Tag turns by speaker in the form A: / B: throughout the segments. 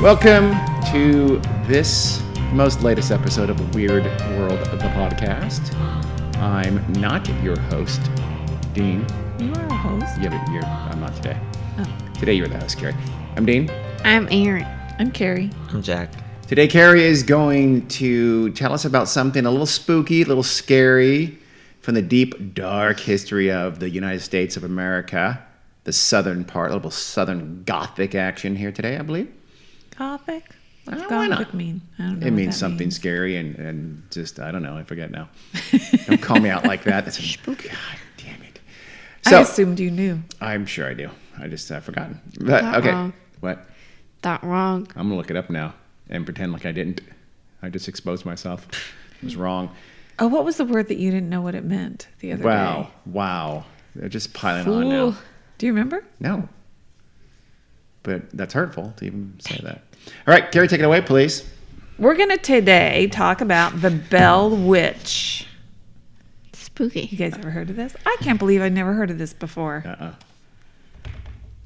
A: Welcome to this most latest episode of Weird World of the Podcast. I'm not your host, Dean.
B: You are a host.
A: Yeah, but you're I'm not today.
B: Oh.
A: Today you're the host, Carrie. I'm Dean.
B: I'm Aaron. I'm Carrie.
C: I'm Jack.
A: Today Carrie is going to tell us about something a little spooky, a little scary from the deep dark history of the United States of America. The southern part, a little southern gothic action here today, I believe.
B: Gothic. What's
A: Oh, why not?
B: Gothic mean? I don't know.
A: It
B: what
A: means
B: that
A: something
B: means.
A: scary and, and just I don't know. I forget now. Don't call me out like that. That's spooky. God damn it.
B: I
A: So
B: assumed you knew.
A: I'm sure I do. I just I've forgotten. But
D: that
A: okay,
D: wrong?
A: what?
D: that wrong.
A: I'm gonna look it up now and pretend like I didn't. I just exposed myself. It was wrong.
B: Oh, what was the word that you didn't know what it meant the other
A: Wow,
B: day?
A: wow. They're just piling on now.
D: Fool.
B: Do you remember?
A: No. But that's hurtful to even say that. All right, Carrie, take it away, please.
B: We're going to today talk about the Bell Witch. You
D: Spooky.
B: guys ever heard of this? I can't believe I never heard of this before.
A: Uh-uh.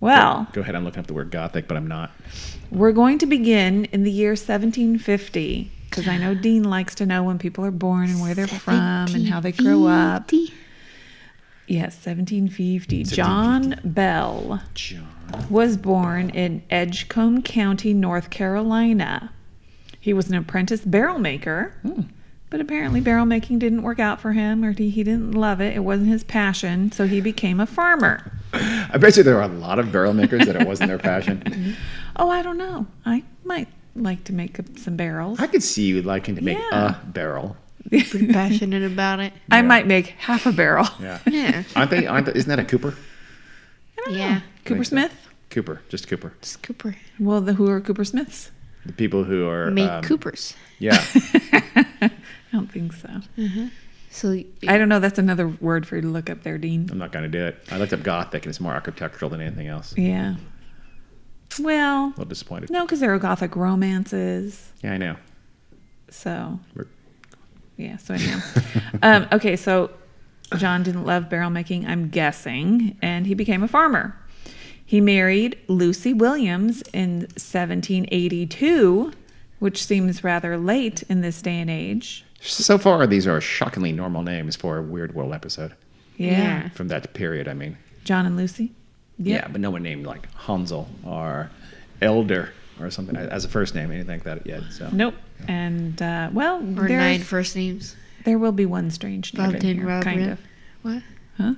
B: Well,
A: Go ahead. I'm looking up the word gothic, but I'm not.
B: we're going to begin in the year 1750 because I know Dean likes to know when people are born and where they're from and how they grow up. Yes, 1750. John Bell
A: John.
B: was born in Edgecombe County, North Carolina. He was an apprentice barrel maker,
A: Hmm.
B: but apparently barrel making didn't work out for him or he, he didn't love it. It wasn't his passion, so he became a farmer.
A: I bet you there are a lot of barrel makers that it wasn't their passion.
B: Oh, I don't know. I might like to make up some barrels.
A: I could see you liking to make
B: Yeah.
A: a barrel.
D: Pretty passionate about it.
B: I might make half a barrel.
A: Yeah.
D: Yeah.
A: aren't they? Aren't they, isn't that a Cooper?
B: I don't know.
D: Yeah.
B: Cooper
A: Makes
B: Smith?
A: Cooper, just Cooper.
D: Just Cooper.
B: Well, the, who are Cooper Smiths?
A: The people who are
D: Make
A: um,
D: Coopers.
A: Yeah.
B: I don't think so.
D: So
B: I don't know. That's another word for you to look up there, Dean.
A: I'm not gonna do it. I looked up Gothic and it's more architectural than anything else. A
B: Yeah. Well,
A: little disappointed.
B: no, because there are Gothic romances.
A: Yeah, I know.
B: So,
A: We're-
B: yeah, so anyhow. um, okay, so John didn't love barrel making, I'm guessing, and he became a farmer. He married Lucy Williams in 1782, which seems rather late in this day and age.
A: So far, these are shockingly normal names for a Weird World episode
B: Yeah.
D: Yeah.
A: from that period. I mean,
B: John and Lucy.
A: yeah, but no one named like Hansel or Elder or something as a first name, anything like that yet. So
B: Nope. And, uh, well,
D: or nine
B: there's-
D: first names.
B: there will be one strange name.
D: Loved
B: in
D: and
B: here, kind
D: Robert.
B: of.
D: What?
B: Huh?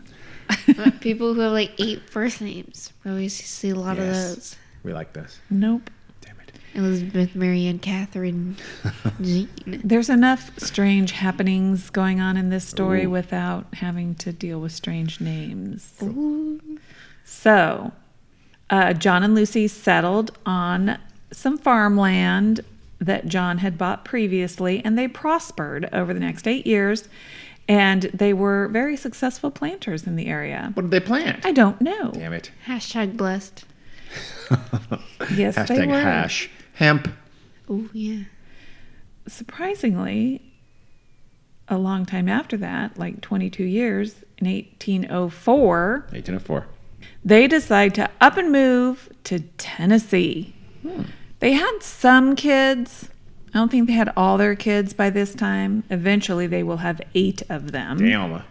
D: What, People who have like eight first names. We always see a lot
A: Yes.
D: of those.
A: we like this.
B: Nope.
A: Damn it.
D: Elizabeth, Mary, and Catherine, Jean.
B: There's enough strange happenings going on in this story
A: Ooh.
B: without having to deal with strange names.
D: Ooh.
B: So, uh, John and Lucy settled on some farmland that John had bought previously, and they prospered over the next eight years. And they were very successful planters in the area.
A: What did they plant?
B: I don't know.
A: Damn it.
D: Hashtag blessed.
B: Yes,
A: Hashtag
B: they were.
A: hash. Hemp.
D: Oh, yeah.
B: surprisingly, a long time after that, like 22 years, in 1804,
A: 1804.
B: they decide to up and move to Tennessee.
A: Hmm.
B: They had some kids. I don't think they had all their kids by this time. Eventually, they will have eight of them.
A: Damn.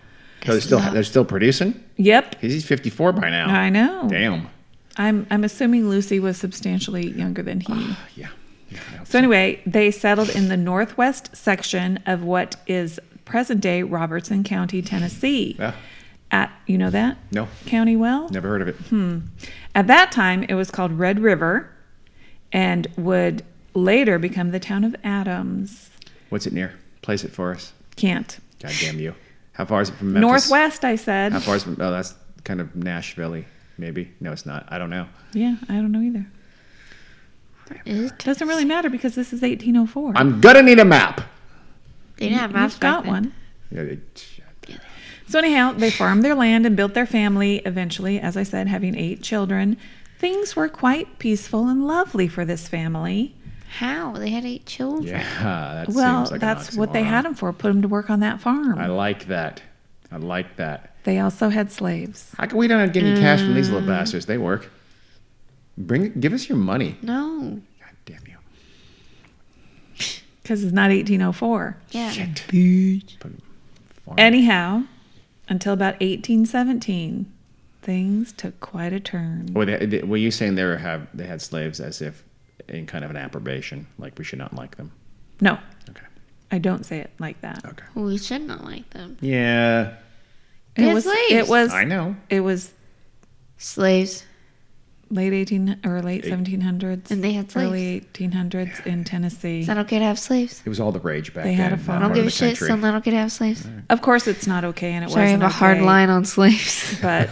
A: So they're still they're still producing.
B: Yep.
A: 'Cause He's 54 by now.
B: I know.
A: Damn.
B: I'm, I'm assuming Lucy was substantially younger than he.
A: Yeah. Yeah, I hope
B: So, anyway, they settled in the northwest section of what is present day Robertson County, Tennessee.
A: Yeah.
B: At, you know that?
A: No.
B: County well?
A: Never heard of it.
B: Hmm. At that time, it was called Red River and would later become the town of Adams.
A: What's it near? Place it for us.
B: Can't.
A: God damn you. How far is it from Memphis?
B: Northwest, I said.
A: How far is it from? Oh, that's kind of Nashville. Maybe. No, it's not. I don't know.
B: Yeah, I don't know either.
D: Is
B: Doesn't really matter because this is 1804.
A: I'm gonna need a map.
D: They didn't have maps
B: You've
D: back
B: got
D: then.
B: one.
A: Yeah, they-
B: So anyhow, they farmed their land and built their family. Eventually, as I said, having eight children, things were quite peaceful and lovely for this family.
D: How? They had eight children.
A: Yeah, that
B: Well,
A: seems like an
B: that's what they
A: oxymoron.
B: had them for. Put them to work on that farm.
A: I like that. I like that.
B: they also had slaves.
A: How can we don't
D: Mm.
A: get any cash from these little bastards? They work. Bring, give us your money.
D: No.
A: God damn
B: because it's not 1804.
D: Yeah.
A: Shit.
B: Bitch.
A: Farm.
B: Anyhow, until about 1817, things took quite a turn.
A: Were, they, were you saying they were have they had slaves as if in kind of an approbation, like we should not like them?
B: No,
A: Okay.
B: I don't say it like that.
A: Okay.
D: We should not like them.
A: Yeah,
D: They
B: it
D: had
B: was.
D: slaves.
B: It was.
A: I know.
B: It was
D: Slaves.
B: late 18 or late 1700s.
D: And they had slaves.
B: early 1800s in Tennessee.
D: Is that okay to have slaves?
A: It was all the rage back
B: They
A: then.
B: had a
A: that
B: farm.
D: I don't
A: part of
D: give a
A: the
D: shit.
A: country.
D: Still not okay to have slaves.
B: Of course, it's not okay, and it
D: Sorry, I have
B: wasn't
D: a hard
B: okay,
D: line on slaves.
B: But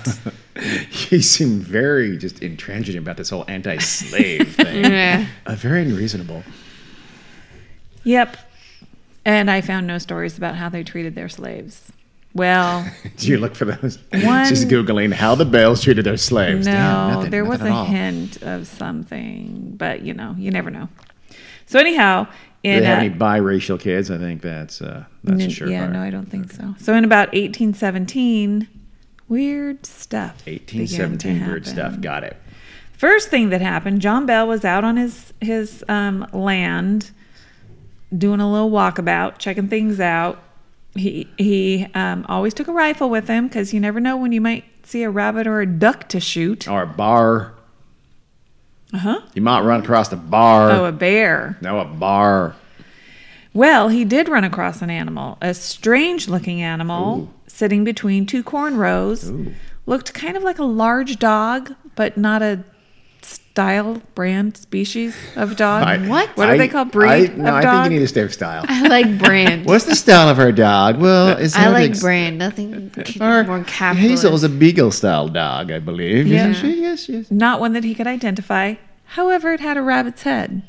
A: He seemed very just intransigent about this whole anti-slave thing.
D: yeah.
A: Uh, very unreasonable.
B: yep. And I found no stories about how they treated their slaves. Well,
A: Do you look for those?
B: One-
A: Just googling how the Bales treated their slaves.
B: no,
A: Damn, nothing,
B: there
A: nothing
B: was
A: at
B: a
A: all.
B: hint of something, but you know, you never know. So anyhow,
A: Do
B: in
A: they have
B: uh,
A: any biracial kids? I think that's uh, that's
B: n-
A: sure.
B: yeah, no, I don't think so. So in about 1817, weird stuff. began to
A: 1817 weird stuff.
B: happen.
A: Got it.
B: First thing that happened, John Bell was out on his his um, land, doing a little walkabout, checking things out. He he um, always took a rifle with him because you never know when you might see a rabbit or a duck to shoot.
A: Or a bar.
B: Uh huh.
A: You might run across the bar.
B: Oh, a bear.
A: no, a bar.
B: Well, he did run across an animal, a strange looking animal sitting between two corn rows.
A: Ooh.
B: Looked kind of like a large dog, but not a style, brand, species of dog.
A: I-
D: What?
B: What are
A: I-
B: they called? Breed
A: I,
B: of
A: no, I
B: dog?
A: think you need to stay with style.
D: I like brand.
A: What's the style of our dog? Well, it's
D: I
A: not
D: like
A: ex-
D: brand. Nothing c-
A: or-
D: more capitalist.
A: Hazel's a beagle style dog, I believe.
B: Yeah.
A: Isn't she? Yes, yes.
B: Not one that he could identify. However, it had a rabbit's head.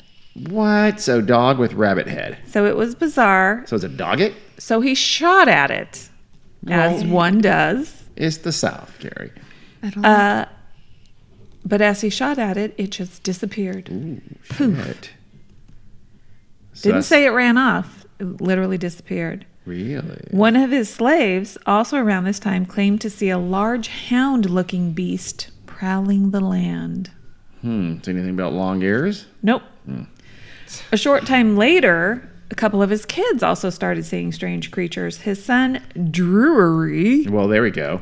A: What? So dog with rabbit head.
B: So it was bizarre.
A: So it's a doggett?
B: So he shot at it,
A: Oh.
B: as one does.
A: It's the South, Carrie.
D: I don't like
B: Uh, but as he shot at it, it just disappeared.
A: Poof.
B: Didn't say it ran off, it literally disappeared.
A: Really?
B: One of his slaves, also around this time, claimed to see a large hound looking beast prowling the land.
A: Hmm. Say anything about long ears?
B: Nope.
A: Hmm.
B: A short time later, a couple of his kids also started seeing strange creatures. His son, Drury,
A: Well, there we go.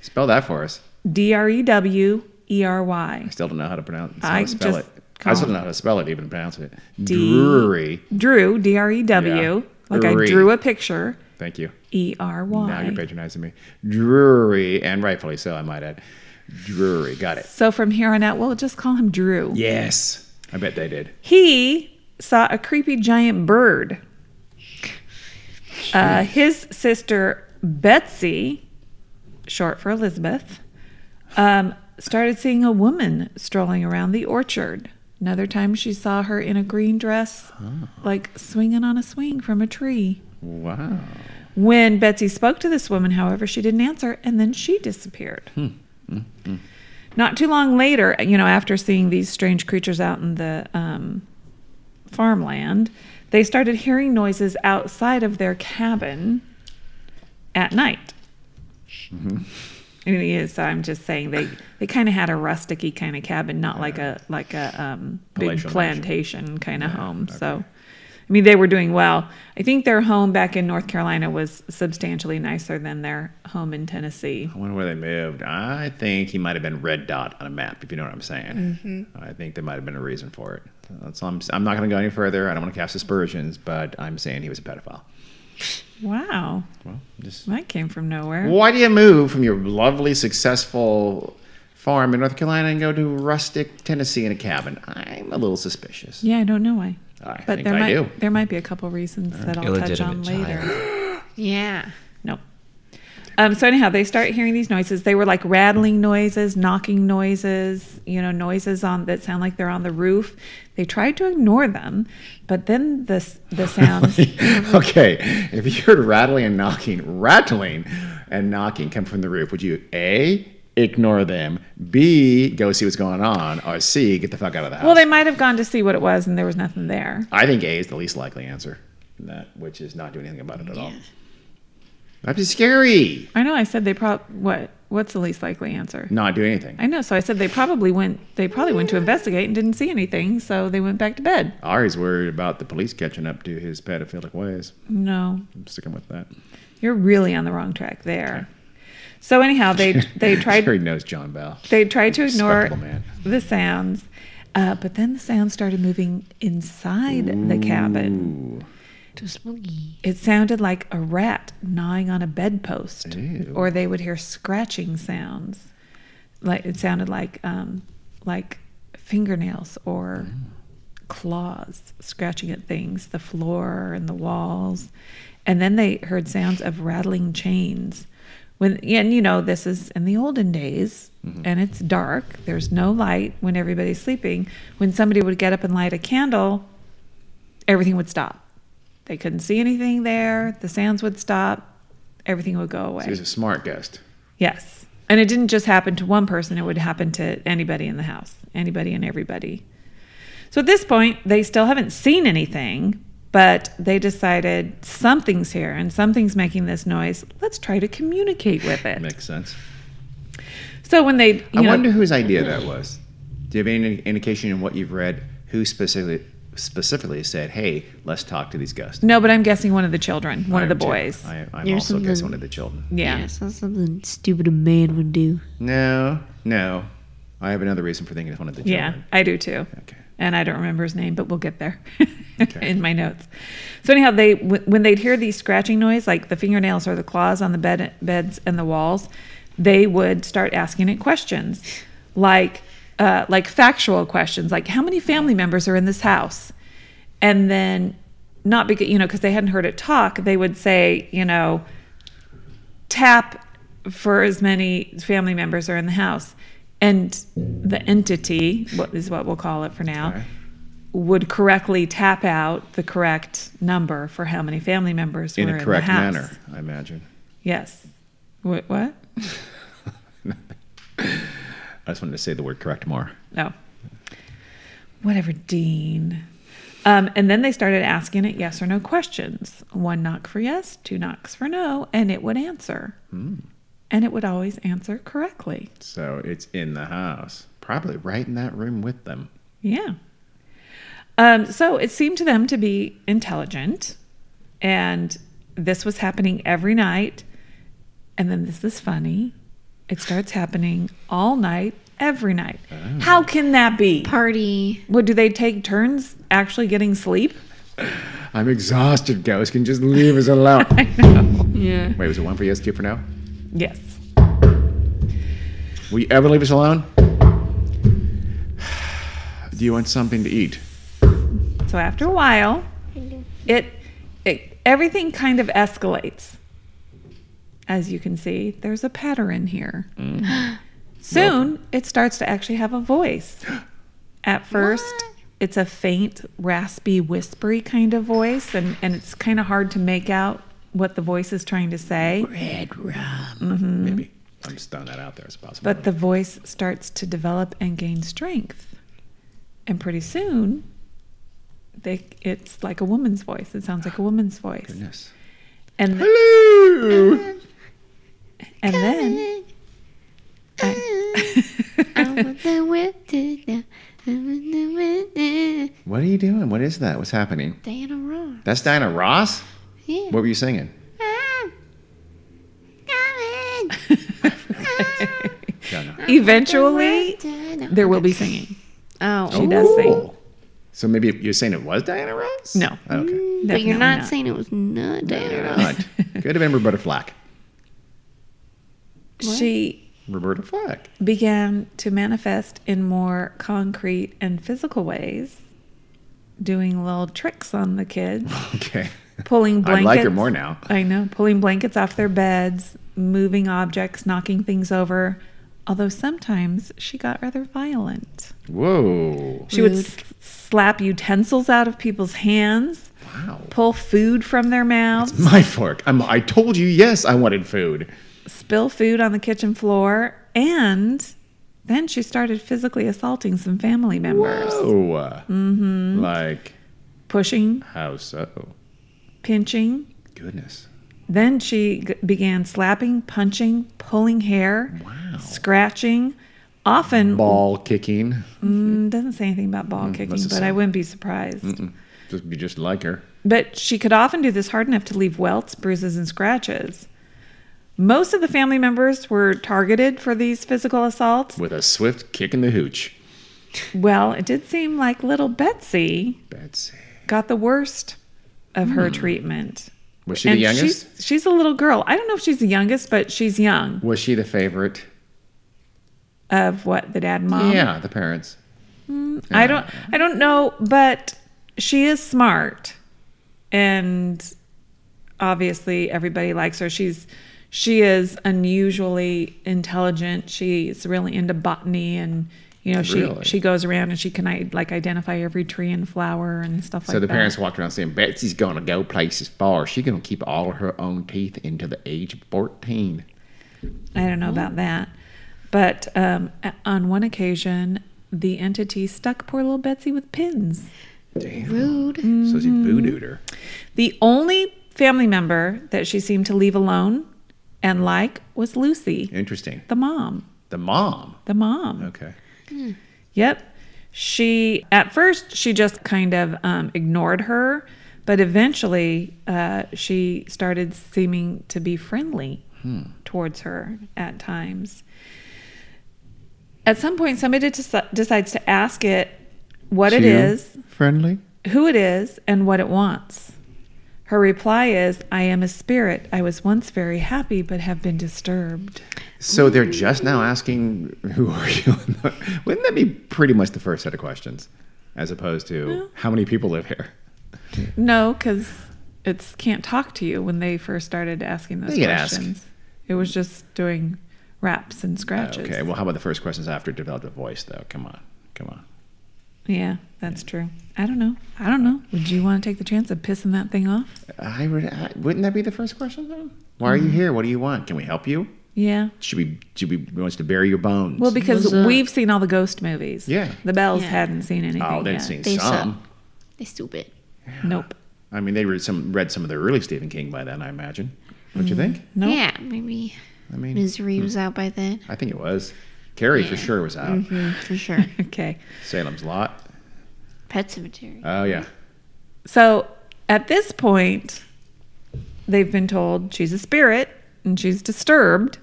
A: Spell that for us.
B: D R E W E R Y.
A: I still don't know how to pronounce how
B: I
A: to spell
B: just-
A: it.
B: come
A: I still
B: on.
A: don't know how to spell it, even pronounce it.
B: D-
A: Drury.
B: Drew, D R E W.
A: Yeah.
B: Like I
A: Drury.
B: drew a picture,
A: Thank you.
B: E R
A: Now you're
B: Y.
A: patronizing me. Drury, and rightfully so, I might add. Drury. Got it.
B: So from here on out, we'll just call him Drew.
A: Yes. I bet they did.
B: He saw a creepy giant bird. Uh, his sister Betsy, short for Elizabeth, um, started seeing a woman strolling around the orchard. Another time she saw her in a green dress, like swinging on a swing from a tree.
A: Wow.
B: When Betsy spoke to this woman, however, she didn't answer and then she disappeared.
A: Hmm.
B: Not too long later, you know, after seeing these strange creatures out in the um, farmland, they started hearing noises outside of their cabin at night.
A: Mm-hmm.
B: And yeah, so I'm just saying they, they kind of had a rusticy kind of cabin, not like a like a um, big
A: Palatial mansion.
B: plantation kind of home. So, I mean, they were doing well. I think their home back in North Carolina was substantially nicer than their home in Tennessee.
A: I wonder where they moved. I think he might have been red dot on a map, if you know what I'm saying. I think there might have been a reason for it. That's all I'm, I'm not going to go any further. I don't want to cast aspersions, but I'm saying he was a pedophile.
B: Wow,
A: Well, just
B: that came from nowhere.
A: why do you move from your lovely, successful farm in North Carolina and go to rustic Tennessee in a cabin? I'm a little suspicious.
B: Yeah, I don't know why.
A: I
B: but
A: think
B: there
A: I
B: might
A: do.
B: there might be a couple reasons that I'll touch on
C: illegitimate
B: later.
D: Yeah.
B: No. Um, so anyhow, they start hearing these noises. They were like rattling noises, knocking noises, you know, noises on that sound like they're on the roof. They tried to ignore them, but then the s- the sounds.
A: okay, if you heard rattling and knocking, rattling and knocking come from the roof, would you A, ignore them, B, go see what's going on, or C, get the fuck out of the house?
B: well, they might have gone to see what it was, and there was nothing there.
A: I think A is the least likely answer, in that which is not doing anything about it at all. That'd be scary.
B: I know. I said they probably what What's the least likely answer?
A: Not do anything.
B: I know. So I said they probably went. They probably went to investigate and didn't see anything. So they went back to bed.
A: Ari's worried about the police catching up to his pedophilic ways.
B: No,
A: I'm sticking with that.
B: you're really on the wrong track there. So anyhow, they they tried
A: Sure, he knows John Bell.
B: They tried to ignore
A: Respectable man.
B: the sounds, uh, but then the sounds started moving inside the cabin.
A: Ooh.
D: Too spooky.
B: It sounded like a rat gnawing on a bedpost,
A: Ew.
B: or they would hear scratching sounds. Like it sounded like um, like fingernails or claws scratching at things, the floor and the walls, and then they heard sounds of rattling chains. When and you know this is in the olden days, and it's dark. There's no light when everybody's sleeping. When somebody would get up and light a candle, everything would stop. They couldn't see anything there. The sounds would stop. Everything would go away.
A: He's a smart ghost.
B: Yes. And it didn't just happen to one person, it would happen to anybody in the house, anybody and everybody. So at this point, they still haven't seen anything, but they decided something's here and something's making this noise. Let's try to communicate with it.
A: Makes sense.
B: So when they, you
A: I
B: know,
A: wonder whose idea that was. Do you have any indication in what you've read who specifically specifically said, "Hey, let's talk to these ghosts"?
B: no, but I'm guessing one of the children, one of the
A: I'm too-
B: boys.
A: I, I'm
D: There's
A: also guess
D: something-
A: one of the children.
B: yeah.
D: Yeah, sounds something stupid a man would do.
A: No, no. I have another reason for thinking it's one of the
B: Yeah,
A: children.
B: I do too.
A: Okay.
B: And I don't remember his name, but we'll get there
A: Okay.
B: in my notes. So anyhow, they wh- when they'd hear these scratching noise, like the fingernails or the claws on the bed beds and the walls, they would start asking it questions, like uh, like factual questions, like how many family members are in this house, and then not because you know because they hadn't heard it talk, they would say you know tap for as many family members are in the house. And the entity, what is what we'll call it for now,
A: Okay.
B: would correctly tap out the correct number for how many family members
A: In
B: were
A: a correct
B: in the house.
A: manner, I imagine.
B: Yes. What? what?
A: I just wanted to say the word correct more.
B: No. Oh. Whatever, Dean. Um, and then they started asking it yes or no questions. One knock for yes, two knocks for no, and it would answer.
A: Hmm.
B: And it would always answer correctly.
A: So it's in the house, probably right in that room with them.
B: Yeah. Um, so it seemed to them to be intelligent, and this was happening every night. And then this is funny. It starts happening all night, every night. How can that be?
D: Party.
B: What do they take turns actually getting sleep?
A: I'm exhausted, ghost. Can you just leave us alone.
D: Yeah.
A: Wait, was it one for yes, two for no?
B: Yes.
A: Will you ever leave us alone? Do you want something to eat?
B: So after a while, it, it everything kind of escalates. As you can see, there's a pattern here. Soon, it starts to actually have a voice. At first,
D: What?
B: it's a faint, raspy, whispery kind of voice, and, and it's kind of hard to make out what the voice is trying to say.
A: Maybe. I'm just throwing that out there as possible.
B: Mm-hmm. But the voice starts to develop and gain strength. And pretty soon, they, it's like a woman's voice. It sounds like a woman's voice.
A: Goodness.
B: And,
A: Hello.
B: and then, I-
D: I'm with the wind now. I'm with the wind now.
A: What are you doing? What is that? What's happening?
D: Diana Ross.
A: That's Diana Ross?
D: Yeah.
A: What were you singing?
D: Ah. Coming.
A: Diana.
B: eventually, there will be singing.
D: Oh,
B: She does sing.
A: Ooh. So maybe you're saying it was Diana Ross?
B: No. Mm.
A: Okay.
D: but
B: Definitely
D: you're not,
B: not.
D: saying it was not Diana Ross.
A: Not. Could have been Roberta Flack.
B: She
A: Roberta Flack.
B: began to manifest in more concrete and physical ways, doing little tricks on the kids.
A: Okay.
B: pulling
A: I
B: blankets.
A: like her more now.
B: I know, pulling blankets off their beds, moving objects, knocking things over. Although sometimes she got rather violent.
A: Whoa.
B: She would s- slap utensils out of people's hands,
A: Wow.
B: pull food from their mouths,
A: My fork. I'm, I told you, yes, I wanted food.
B: spill food on the kitchen floor, and then she started physically assaulting some family members,
A: Oh. Mm-hmm. Like,
B: pushing,
A: how so?
B: pinching.
A: Goodness.
B: Then she g- began slapping, punching, pulling hair,
A: Wow.
B: scratching, often
A: Ball kicking.
B: Mm, doesn't say anything about ball kicking,
A: must
B: but
A: have
B: I
A: said.
B: wouldn't be surprised.
A: Just be just like her.
B: But she could often do this hard enough to leave welts, bruises, and scratches. Most of the family members were targeted for these physical assaults.
A: With a swift kick in the hooch.
B: Well, it did seem like little Betsy
A: Betsy.
B: got the worst of her treatment.
A: Was Hmm. she the youngest?
B: She's, she's a little girl. I don't know if she's the youngest, but she's young.
A: Was she the favorite?
B: Of what the dad and mom?
A: yeah, the parents.
B: I don't. I don't know, but she is smart, and obviously everybody likes her. She's she is unusually intelligent. She's really into botany, and you know she
A: Really?
B: she goes around and she can i- like identify every tree and flower and stuff like
A: So
B: that.
A: the parents walked around saying, Betsy's going to go places far. She's going to keep all of her own teeth until the age of 14.
B: I don't know about that. But um, a- on one occasion, the entity stuck poor little Betsy with pins.
A: Damn.
D: Rude.
A: So she
B: Mm-hmm.
A: voodooed her.
B: The only family member that she seemed to leave alone and like was Lucy,
A: Interesting.
B: the mom.
A: The mom.
B: The mom.
A: Okay.
B: Yep. She, at first, she just kind of um, ignored her, but eventually uh, she started seeming to be friendly towards her at times. At some point, somebody deci- decides to ask it what it
A: Cute,
B: is,
A: Friendly.
B: who it is, and what it wants. Her reply is, I am a spirit. I was once very happy, but have been disturbed.
A: So they're just now asking, who are you? Wouldn't that be pretty much the first set of questions? As opposed to, how many people live here?
B: No, because it's can't talk to you when they first started asking those
A: They can ask.
B: questions. It was just doing raps and scratches.
A: Okay, well, how about the first questions after developed a voice, though? Come on. Come on.
B: yeah, that's true. I don't know. I don't know. Would you want to take the chance of pissing that thing off?
A: I, would- I wouldn't that be the first question though? Why are
D: Mm-hmm.
A: you here? What do you want? Can we help you?
B: Yeah.
A: Should we? Should we we want us to bury your bones?
B: Well, because
D: What's up?
B: we've seen all the ghost movies.
A: uh, Yeah.
B: The Bells
D: Yeah.
B: hadn't seen anything.
A: oh, they've
B: yet.
A: seen
D: They suck.
A: some.
D: They stupid.
B: Nope.
A: I mean, they read some read some of the early Stephen King by then, I imagine. Don't you think?
B: Nope.
D: Yeah, maybe
A: I mean,
D: Mm-hmm. Misery was out by then.
A: I think it was. Carrie for
D: Yeah.
A: sure was out.
D: Mm, for sure.
B: Okay.
A: Salem's Lot.
D: Pet Cemetery.
A: Oh yeah.
B: So at this point, they've been told she's a spirit and she's disturbed.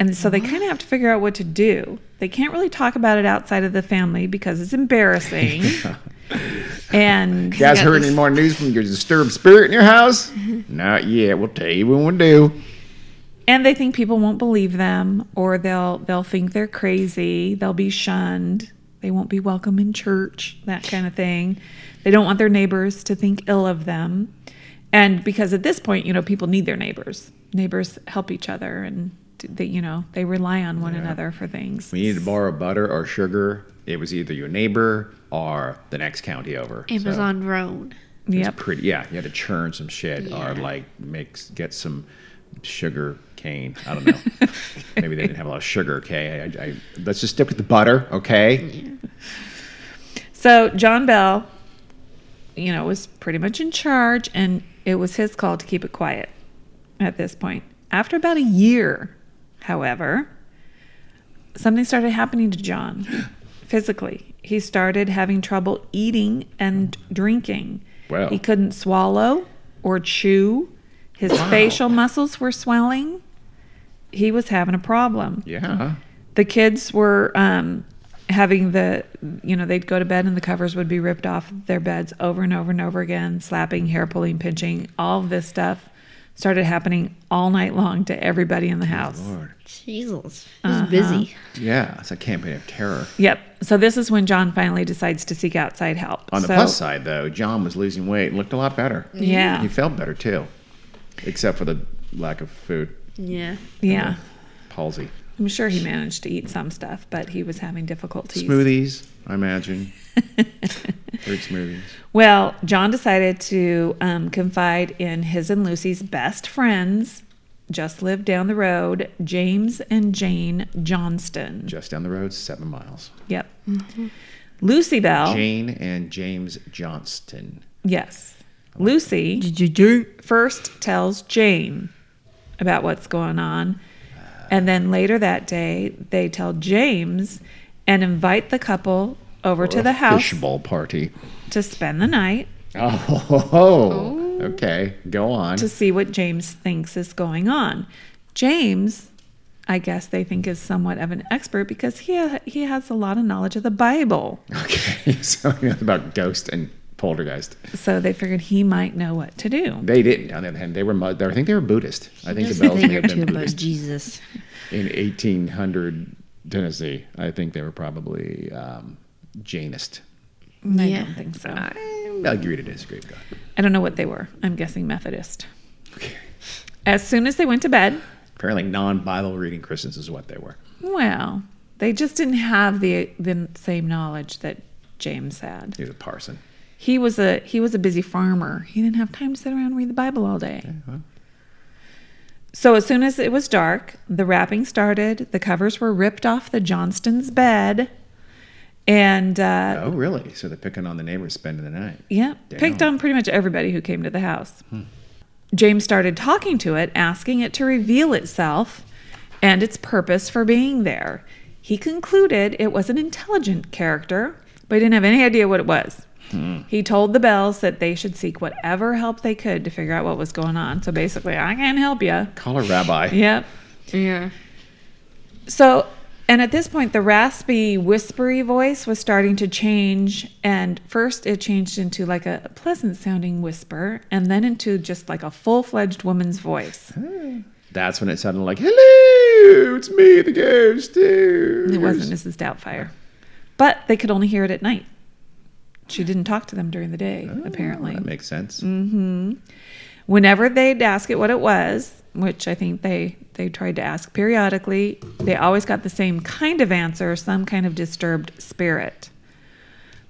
B: And so they kind of have to figure out what to do. They can't really talk about it outside of the family because it's embarrassing. and
A: You guys
D: got
A: heard
D: this-
A: any more news from your disturbed spirit in your house? Not yet. We'll tell you when we do.
B: and they think people won't believe them or they'll they'll think they're crazy, they'll be shunned, they won't be welcome in church, that kind of thing. They don't want their neighbors to think ill of them. And because at this point, you know, people need their neighbors. Neighbors help each other and d- they you know, they rely on one another for things.
A: We needed to borrow butter or sugar. It was either your neighbor or the next county over. So-
D: Amazon Roan.
A: It's
B: Yep.
A: pretty. Yeah, you had to churn some shit
D: Yeah.
A: or like mix get some sugar cane. I don't know. Maybe they didn't have a lot of sugar. Okay, I, I, let's just stick with the butter. Okay.
B: So John Bell, you know, was pretty much in charge, and it was his call to keep it quiet at this point. After about a year, however, something started happening to John physically. He started having trouble eating and drinking.
A: Wow.
B: He couldn't swallow or chew. His facial muscles were swelling. He was having a problem
A: Yeah.
B: the kids were um, having the you know they'd go to bed and the covers would be ripped off their beds over and over and over again slapping hair pulling pinching all of this stuff started happening all night long to everybody in the house
A: Lord.
D: Jesus. It was busy.
A: Yeah, it's a campaign of terror.
B: yep so this is when john finally decides to seek outside help
A: On the
B: so,
A: plus side, though, John was losing weight and looked a lot better.
B: Yeah.
A: He felt better too, except for the lack of food
D: Yeah.
B: yeah
A: palsy.
B: i'm sure he managed to eat some stuff but he was having difficulties
A: Smoothies, I imagine. Fruit smoothies.
B: Well, John decided to um, confide in his and Lucy's best friends, just lived down the road, James and Jane Johnston.
A: Just down the road, seven miles.
B: Yep. Lucy Bell.
A: Jane and James Johnston.
B: Yes. Lucy first tells Jane about what's going on. And then later that day, they tell James and invite the couple over to
A: Or a
B: the house
A: Fishbowl party.
B: to spend the night
A: Oh, okay. Go on.
B: to see what James thinks is going on. James, I guess they think is somewhat of an expert because he he has a lot of knowledge of the Bible.
A: Okay. So you know about ghost and poltergeist.
B: So they figured he might know what to do.
A: They didn't. On the other hand, they were. mu- They were- I think they were Buddhist. I think the
C: Just a
A: bells
C: thing
A: may
C: or
A: have
C: two
A: been
C: about
A: Buddhist
C: Jesus.
A: in 1800 Tennessee. I think they were probably um, Jainist.
B: I
D: Yeah.
B: don't think so.
A: I agree to disagree. with God.
B: I don't know what they were. I'm guessing Methodist.
A: Okay.
B: As soon as they went to bed,
A: Apparently, non-Bible reading Christians is what they were.
B: well, they just didn't have the the same knowledge that James had.
A: He was a parson.
B: He was a he was a busy farmer. He didn't have time to sit around and read the Bible all day. So as soon as it was dark, the rapping started. The covers were ripped off the Johnston's bed, and uh,
A: Oh, really? So they're picking on the neighbors spending the night.
B: yeah,
A: Damn.
B: picked on pretty much everybody who came to the house. James started talking to it, asking it to reveal itself and its purpose for being there. He concluded it was an intelligent character, but he didn't have any idea what it was. He told the bells that they should seek whatever help they could to figure out what was going on. So basically, I can't help you.
A: Call a rabbi.
B: Yep.
D: Yeah.
B: So, and at this point, the raspy, whispery voice was starting to change. And first, it changed into like a pleasant sounding whisper, and then into just like a full fledged woman's voice.
A: That's when it sounded like, "Hello, it's me, the ghost."
B: It wasn't Mrs. Doubtfire. But they could only hear it at night. She didn't talk to them during the day, apparently.
A: That makes sense.
B: Mm. Whenever they'd ask it what it was, which I think they, they tried to ask periodically, they always got the same kind of answer some kind of disturbed spirit.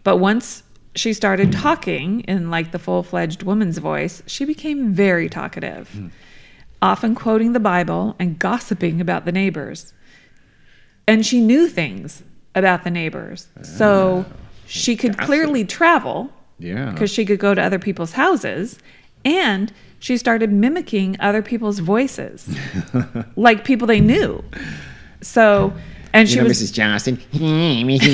B: But once she started talking in like the full fledged woman's voice, she became very talkative, often quoting the Bible and gossiping about the neighbors. And she knew things about the neighbors. So she could
A: gossip.
B: clearly travel
A: Yeah.
B: because she could go to other people's houses and she started mimicking other people's voices like people they knew so and she
A: you know,
B: was
A: Mrs. Johnston.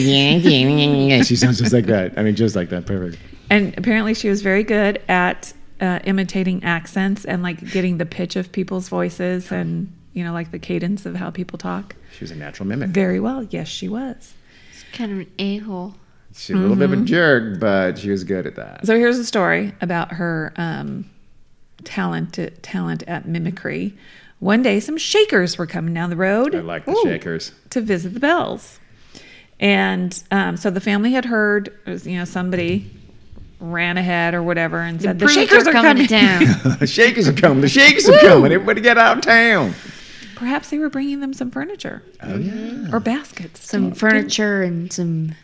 A: she sounds just like that. I mean, just like that. Perfect.
B: and apparently she was very good at uh, imitating accents and like getting the pitch of people's voices and you know like the cadence of how people talk
A: She was a natural mimic.
B: very well yes she was
D: It's kind of an a hole.
A: She's a little bit
B: Mm-hmm.
A: of a jerk, but she was good at that.
B: So here's a story about her um, talent talent at mimicry. One day, some shakers were coming down the road
A: I like the
B: Ooh.
A: shakers.
B: to visit the bells, and um, so the family had heard, it was, you know, somebody ran ahead or whatever and
D: Uh,
B: said the, shakers are coming.
D: down.
A: the shakers are coming. The shakers are coming. Everybody get out of town.
B: Perhaps they were bringing them some furniture
A: Oh yeah.
B: or baskets.
C: Some furniture and some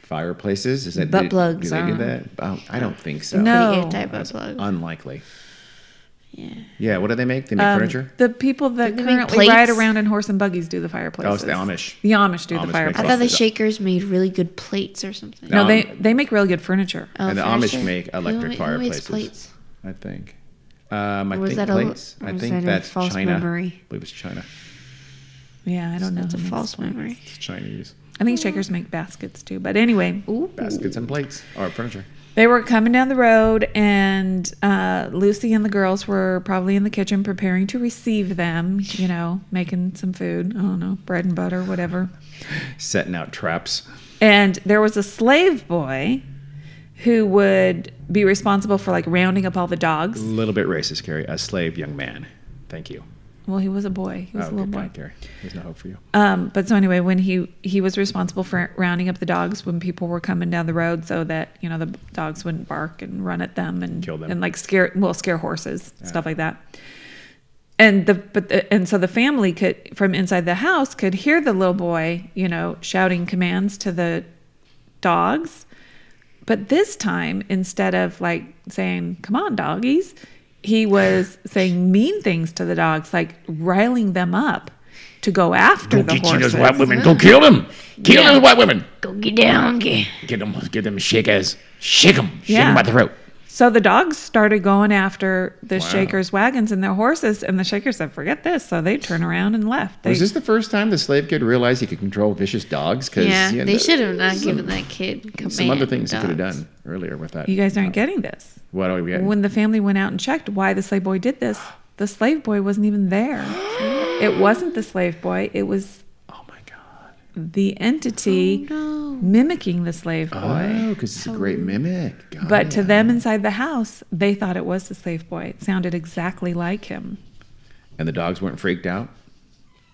A: Fireplaces. Is that
C: Butt
A: do-
C: plugs
A: Do they do
C: are-
A: that? Oh, I don't think so.
B: Um, No.
D: Pretty good type of
A: That's
D: plug.
A: unlikely.
D: yeah.
A: Yeah. What do they make? They make
B: Um,
A: furniture.
B: the people that
D: Didn't they make
B: currently ride
D: plates?
B: around in horse and buggies do the fireplaces.
A: Oh, the Amish.
B: The Amish do
A: Amish
B: the
A: make
D: I
B: fireplaces.
D: thought the
A: Places.
D: Shakers made really good plates or something.
B: No,
A: Um,
B: they they make really good furniture.
D: Oh,
A: and the
D: furniture?
A: Amish make
D: Who
A: electric
D: ma- who makes
A: fireplaces.
D: plates?
A: I think. Um, I
D: Or was
A: think
D: that a-
A: plates.
D: or
A: I
D: was
A: think
D: that a
A: that's
D: false
A: China.
D: memory?
A: I believe it's China.
B: Yeah, I don't know.
D: That's a
B: who makes
D: false
B: plates.
D: memory.
A: It's Chinese.
B: I think shakers make baskets too. But anyway,
D: Ooh.
A: Baskets and plates or furniture.
B: they were coming down the road, and uh, Lucy and the girls were probably in the kitchen preparing to receive them. You know, making some food. I don't know, bread and butter, whatever.
A: Setting out traps.
B: And there was a slave boy who would be responsible for like rounding up all the
A: A
B: dogs.
A: little bit racist, Carrie. A slave young man. Thank you.
B: Well, he was a boy. He was
A: Oh,
B: a little
A: good
B: boy.
A: point, Carrie. There's no hope for you.
B: Um, but so anyway, when he he was responsible for rounding up the dogs when people were coming down the road, so that you know the dogs wouldn't bark and run at them and
A: Kill them.
B: and like scare well scare horses stuff like that. And the but the, and so the family could from inside the house could hear the little boy you know shouting commands to the dogs, but this time instead of like saying "come on, doggies," he was saying mean things to the dogs, like riling them up. To go after the
E: Get you
B: horses.
E: those white women. Go kill them. Kill those white women.
D: Go get down. Get.
E: Get them. Get them shakers. Shake them. Shake
B: Yeah.
E: them by the throat.
B: So the dogs started going after the
A: Wow.
B: shakers' wagons and their horses, and the shakers said, "Forget this." So they turned around and left. They,
A: Was this the first time the slave kid realized he could control vicious dogs? Because
D: Yeah, they should have not given that kid command.
A: Some other things he could have
D: dogs.
A: done earlier with that.
B: you guys aren't getting this.
A: What are we getting?
B: When the family went out and checked why the slave boy did this, the slave boy wasn't even there. it wasn't the slave boy. It was
A: oh my god!
B: the entity mimicking the slave boy.
A: Oh, because he's a great mimic. Got
B: But to
A: it.
B: them inside the house, they thought it was the slave boy. It sounded exactly like him.
A: and the dogs weren't freaked out.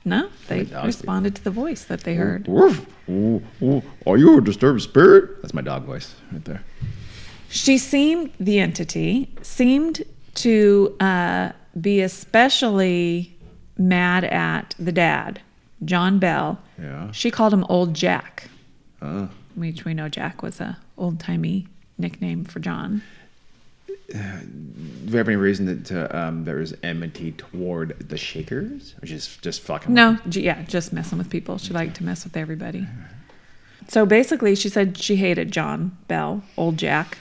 B: No, they
A: dogs do.
B: responded to the voice that they heard.
A: Woof, woof, woof. Are you a disturbed spirit? That's my dog voice right there.
B: She seemed, the entity seemed to uh, be especially mad at the dad, John Bell.
A: Yeah.
B: She called him Old Jack,
A: Uh,
B: which we know Jack was a old timey nickname for John.
A: do we have any reason that to, um, there was enmity toward the Shakers, or just just fucking?
B: No, j- yeah, just messing with people. She liked to mess with everybody. So basically, she said she hated John Bell, old Jack.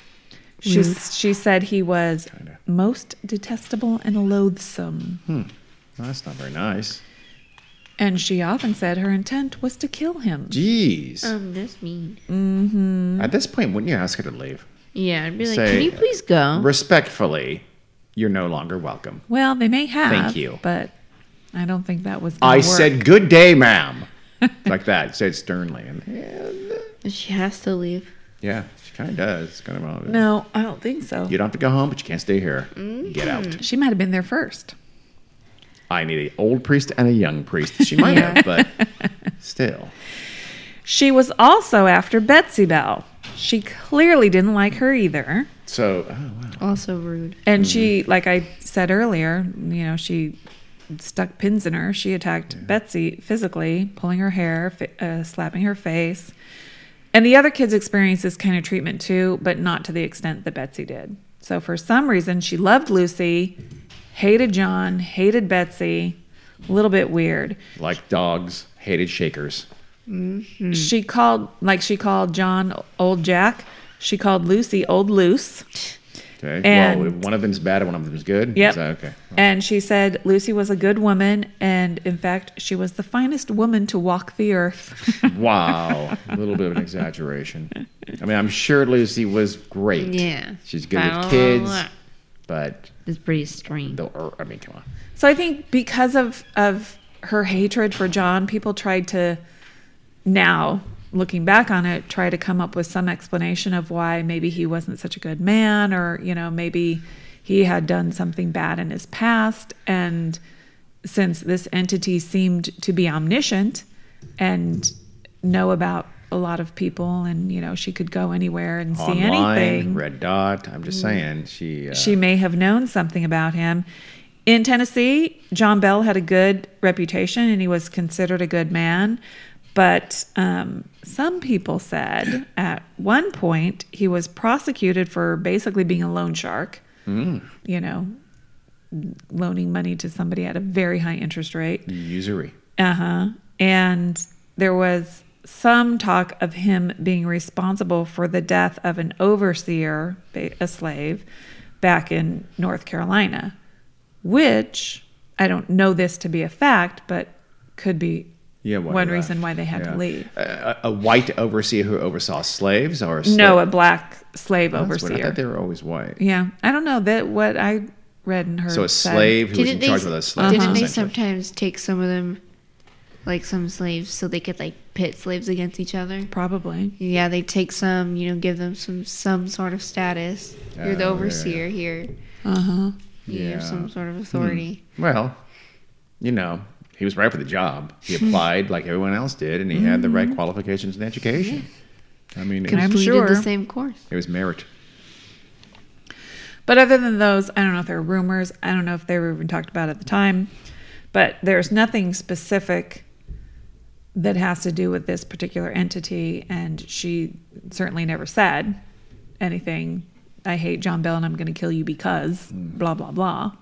B: She she said he was most detestable and loathsome,
A: Well, that's not very nice.
B: and she often said her intent was to kill him.
A: Jeez.
D: Um, that's mean.
A: At this point, wouldn't you ask her to leave?
D: Yeah, I'd be like,
A: Say-
D: can you please go?
A: Respectfully, you're no longer welcome.
B: Well, they may have.
A: Thank you.
B: but I don't think that was. gonna
A: I
B: work.
A: said, "Good day, ma'am," like that. Said sternly, and
D: She has to leave.
A: yeah, she kind of does. Kind of.
B: no. I don't think so.
A: You don't have to go home, but you can't stay here. Get out.
B: She might have been there first.
A: I need an old priest and a young priest. She might have, but still.
B: She was also after Betsy Bell. She clearly didn't like her either.
A: So, oh, wow.
D: Also rude.
B: And she, like I said earlier, you know, she stuck pins in her. She attacked Betsy physically, pulling her hair, fi- uh, slapping her face. And the other kids experienced this kind of treatment too, but not to the extent that Betsy did. So for some reason, she loved Lucy, hated John, hated Betsy. A little bit weird.
A: like dogs hated shakers.
B: She called, like she called John Old Jack. She called Lucy Old Loose.
A: Okay.
B: And-
A: well, if one of them's bad and one of them's good.
B: Yep.
A: So, okay.
B: And she said Lucy was a good woman, and in fact, she was the finest woman to walk the earth.
A: Wow. a little bit of an exaggeration. I mean, I'm sure Lucy was great.
D: Yeah.
A: She's good
D: I
A: with
D: don't
A: kids,
D: know.
A: but
D: It's pretty strange.
A: the, or, I mean, come on.
B: so I think because of of her hatred for John, people tried to now looking back on it try to come up with some explanation of why maybe he wasn't such a good man or you know maybe he had done something bad in his past and since this entity seemed to be omniscient and know about a lot of people and you know she could go anywhere and see
A: Online,
B: anything Mm.
A: red dot. I'm just saying. She, uh,
B: she may have known something about him. In Tennessee, John Bell had a good reputation and he was considered a good man. But um, some people said at one point he was prosecuted for basically being a loan shark, you know, loaning money to somebody at a very high interest rate.
A: usury.
B: Uh huh. And there was some talk of him being responsible for the death of an overseer, ba- a slave, back in North Carolina, which I don't know this to be a fact, but could be
A: Yeah, why
B: one
A: they left.
B: reason why they had
A: Yeah.
B: to leave.
A: A, a a white overseer who oversaw slaves or a slave?
B: No, a black slave
A: That's weird. I
B: overseer.
A: thought they were always white.
B: yeah, I don't know that what I read and heard.
A: So a
B: said-
A: slave who was in
D: Didn't they-
A: charge of the slaves.
D: Didn't they
A: essentially.
D: sometimes take some of them, like some slaves, so they could like pit slaves against each other?
B: probably.
D: Yeah, they take some, you know, give them some some sort of status. You're the
A: Oh, yeah,
D: overseer here.
B: Uh huh.
D: You have
A: Yeah. Hmm.
D: some sort of authority.
A: Well, you know, he was right for the job. He
B: Hmm.
A: applied like everyone else did, and he had the right qualifications and education. I mean, it was,
B: I'm
D: Completed
B: sure.
D: the same course.
A: it was merit.
B: But other than those, I don't know if there are rumors. I don't know if they were even talked about at the time. But there's nothing specific that has to do with this particular entity. And she certainly never said anything. I hate John Bell and I'm going to kill you because blah, blah, blah.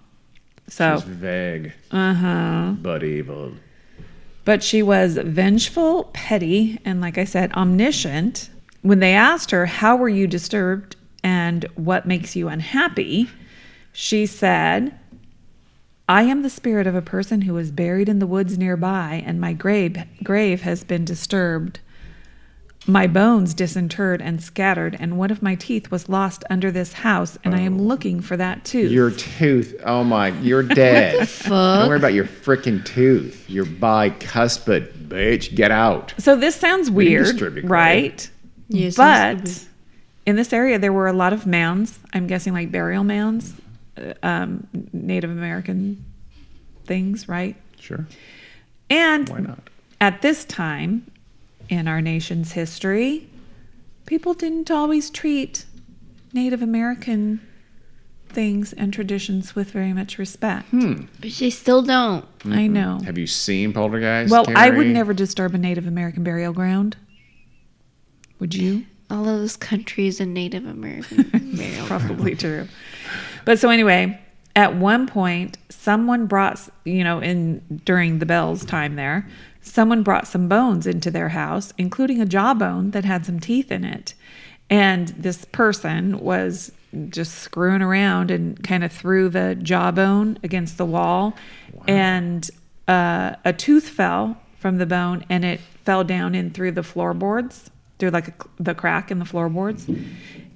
A: It
B: So,
A: was vague,
B: uh huh.
A: but evil.
B: But she was vengeful, petty, and like I said, omniscient. When they asked her, How were you disturbed and what makes you unhappy, she said, I am the spirit of a person who was buried in the woods nearby, and my grave, grave has been disturbed. My bones disinterred and scattered, and one of my teeth was lost under this house, and I am looking for that tooth.
A: Your tooth. Oh my, you're dead. Don't worry about your freaking tooth. You're bicuspid, bitch. Get out.
B: So this sounds weird,
A: distribute it.
B: right?
D: Yes,
B: but in this area, there were a lot of mounds. I'm guessing like burial mounds, uh, um, Native American things, right?
A: Sure.
B: And
A: Why not?
B: at this time in our nation's history, people didn't always treat Native American things and traditions with very much respect.
A: Hmm.
D: but they still don't.
A: Mm-hmm.
B: I know.
A: Have you seen Poltergeist?
B: Well, I would
A: Carrie?
B: never disturb a Native American burial ground. Would you?
D: All of those countries and Native American burial.
B: probably true. But so anyway, at one point, someone brought you know in during the Bell's time there, someone brought some bones into their house, including a jawbone that had some teeth in it, and this person was just screwing around and kind of threw the jawbone against the wall, and uh, a tooth fell from the bone and it fell down in through the floorboards through like a, the crack in the floorboards.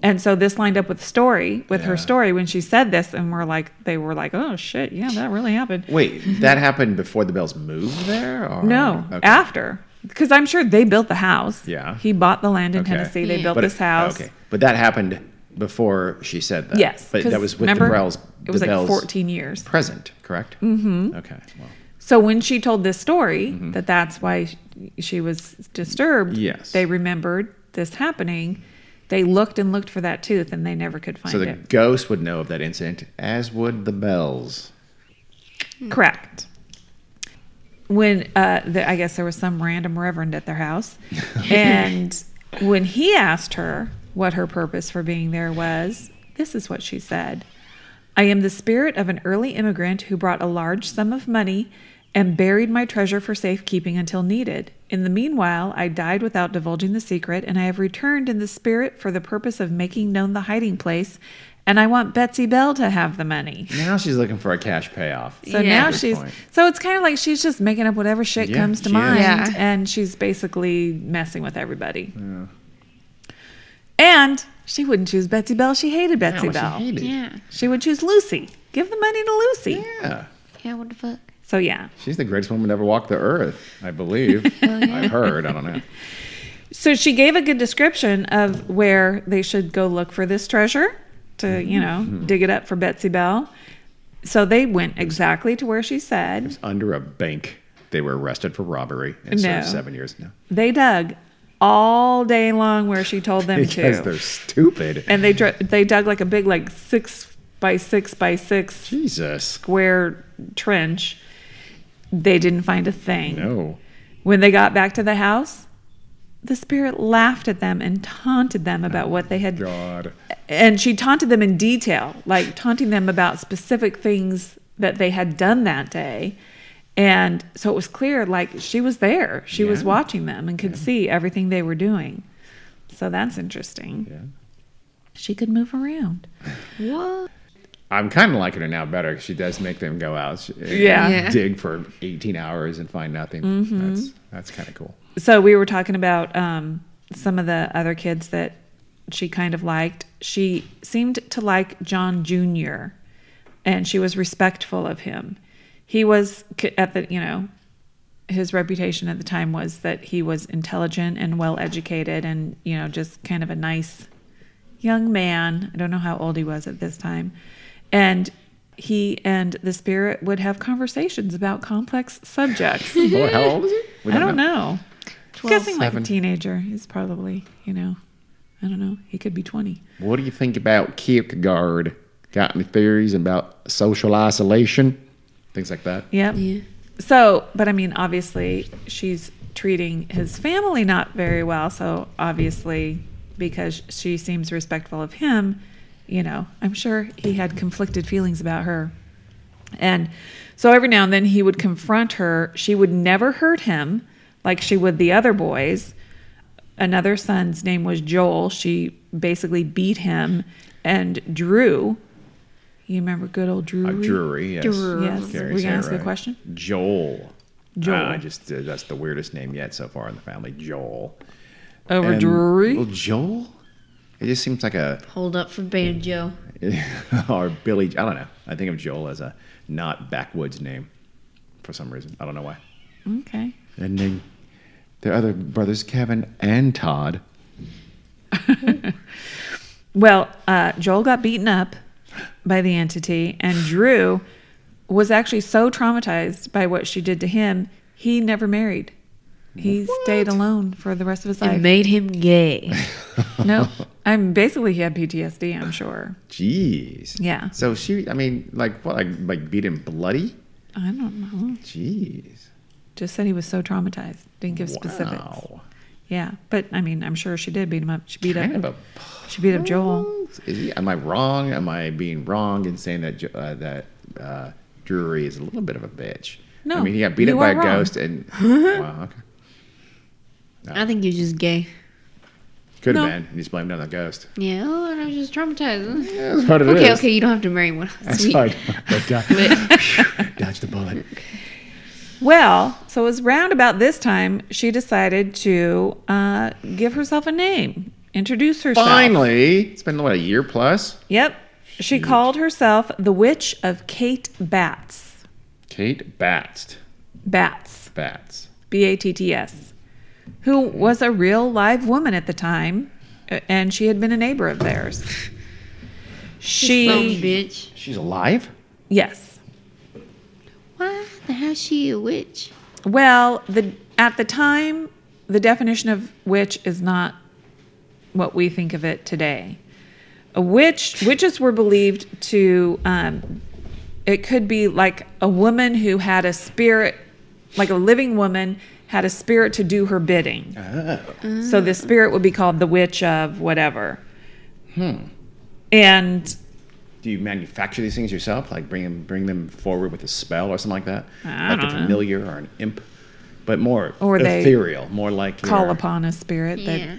B: And so this lined up with story with her story when she said this, and we're like, they were like, oh shit, yeah, that really happened.
A: Wait, that happened before the Bells moved there? Or?
B: Mm-hmm. No,
A: Oh, Okay.
B: after because I'm sure they built the house.
A: Yeah.
B: he bought the land in
A: Okay.
B: Tennessee. They
D: Yeah.
B: built
A: But it-
B: this house.
A: Okay, but that happened before she said that.
B: Yes,
A: but
B: 'cause
A: that was with
B: remember,
A: the Bells.
B: It was
A: the
B: like
A: Bells
B: 14 years.
A: Present, correct? Mm-hmm. Okay. Well,
B: So when she told this story,
A: Mm-hmm.
B: that that's why sh- she was disturbed.
A: Yes.
B: they remembered this happening. They looked and looked for that tooth, and they never could find
A: so the
B: it.
A: ghost would know of that incident, as would the Bells.
B: Correct. When uh, the, I guess there was some random reverend at their house, and when he asked her what her purpose for being there was, this is what she said: "I am the spirit of an early immigrant who brought a large sum of money and buried my treasure for safekeeping until needed. In the meanwhile, I died without divulging the secret, and I have returned in the spirit for the purpose of making known the hiding place. And I want Betsy Bell to have the money."
A: Now she's looking for a cash payoff.
B: So
D: Yeah.
B: now
D: Good
B: she's
A: point.
B: so it's kind of like she's just making up whatever shit
A: Yeah,
B: comes
A: she
B: to
A: is.
B: mind,
D: Yeah.
B: and she's basically messing with everybody. And she wouldn't choose Betsy Bell. She hated Betsy
A: Wow,
B: Bell.
A: she hated.
D: Yeah.
B: She would choose Lucy. Give the money to Lucy.
A: Yeah.
D: Yeah, what the fuck?
B: So yeah.
A: She's the greatest woman to ever walk the earth, I believe. I've heard. I don't know.
B: So she gave a good description of where they should go look for this treasure
A: Mm-hmm.
B: to, you know, dig it up for Betsy Bell. So they went exactly to where she said.
A: Under a bank, they were arrested for robbery and served
B: No.
A: seven years. No.
B: They dug all day long where she told them to.
A: Because they're stupid.
B: and they dr- they dug like a big like six by six by six
A: Jesus.
B: square trench. They didn't find a thing.
A: No.
B: When they got back to the house, the spirit laughed at them and taunted them about what they had.
A: God.
B: And she taunted them in detail, like taunting them about specific things that they had done that day. And so it was clear, like she was there. She was
A: Yeah.
B: watching them and could see everything they were doing. So that's interesting.
A: Yeah.
B: She could move around.
A: I'm kind of liking her now better 'cause she does make them go out, she-
B: Yeah. Mm-hmm.
D: Yeah.
A: dig for 18 hours and find nothing. That's that's kind of cool.
B: so we were talking about um, some of the other kids that she kind of liked. She seemed to like John Jr. and she was respectful of him. He was c- at the you know his reputation at the time was that he was intelligent and well educated and you know just kind of a nice young man. I don't know how old he was at this time. And he and the spirit would have conversations about complex subjects.
A: Boy, how old is he? We
B: I don't know. Guessing like
A: Seven.
B: a teenager is probably, you know, I don't know. He could be 20.
A: What do you think about Kierkegaard? Got any theories about social isolation? Things like that.
B: Yep.
D: Yeah.
B: So, but I mean, obviously, she's treating his family not very well. So, obviously, because she seems respectful of him, you know, I'm sure he had conflicted feelings about her. And so every now and then he would confront her. She would never hurt him like she would the other boys. another son's name was Joel. She basically beat him and Drew. You remember good old Drew?
A: Uh,
B: Reed?
A: Drury, yes.
D: Drury.
B: Yes.
A: Carrie,
B: Were you
A: say
B: gonna
A: it
B: ask a
A: right.
B: question?
A: Joel.
B: Joel.
A: Uh, I just uh, that's the weirdest name yet so far in the family. Joel.
B: Over
A: And-
B: Drury?
A: Well, Joel. It just seems like a
D: Hold up for banjo.
A: or Billy. I don't know. I think of Joel as a not backwoods name for some reason. I don't know why.
B: Okay.
A: And then their other brothers, Kevin and Todd.
B: Well, uh, Joel got beaten up by the entity, and Drew was actually so traumatized by what she did to him, he never married. He stayed alone for the rest of his
D: It
B: life.
D: made him gay.
B: no, I'm basically he had PTSD. I'm sure.
A: Jeez.
B: Yeah.
A: So she. I mean, like what? Like, like beat him bloody.
B: I don't know.
A: Jeez.
B: Just said he was so traumatized. Didn't give specifics.
A: Wow.
B: Yeah, but I mean, I'm sure she did beat him up. She beat
A: Kind of
B: up.
A: a.
B: She beat up Joel.
A: Is he, am I wrong? Am I being wrong in saying that Jo- uh, that uh, Drury is a little bit of a bitch? I
B: No,
A: mean, he got beat
B: you
A: up by
B: are
A: a
B: wrong.
A: ghost, and wow, okay,
D: I think he was just gay.
A: could have
B: No.
A: been. He just blamed it on the ghost.
D: Yeah, oh, and I was just traumatized.
A: That's what it is.
D: Okay, okay, you don't have to marry one. Sweet.
A: Dodge uh, the bullet.
B: Well, so it was round about this time she decided to uh, give herself a name, introduce herself.
A: Finally, it's been what a year plus.
B: Yep. She called herself the Witch of Kate Batts.
A: Kate Batst.
B: Batts.
A: Bats.
B: B A T T S. Who was a real live woman at the time, a- and she had been a neighbor of theirs.
D: Bum
B: She.
D: bitch.
A: She's alive.
B: Yes.
D: Why the hell's she a witch?
B: Well, the at the time, the definition of witch is not what we think of it today. A witch, witches were believed to. Um, it could be like a woman who had a spirit, like a living woman had a spirit to do her bidding. So the spirit would be called the witch of whatever. Hmm. And
A: Do you manufacture these things yourself? Like bring them, bring them forward with a spell or something like that,
B: I
A: like
B: don't
A: a
B: know.
A: familiar or an imp, but more
B: Or they
A: ethereal, more like
B: call
A: your-
B: upon a spirit
D: Yeah.
B: that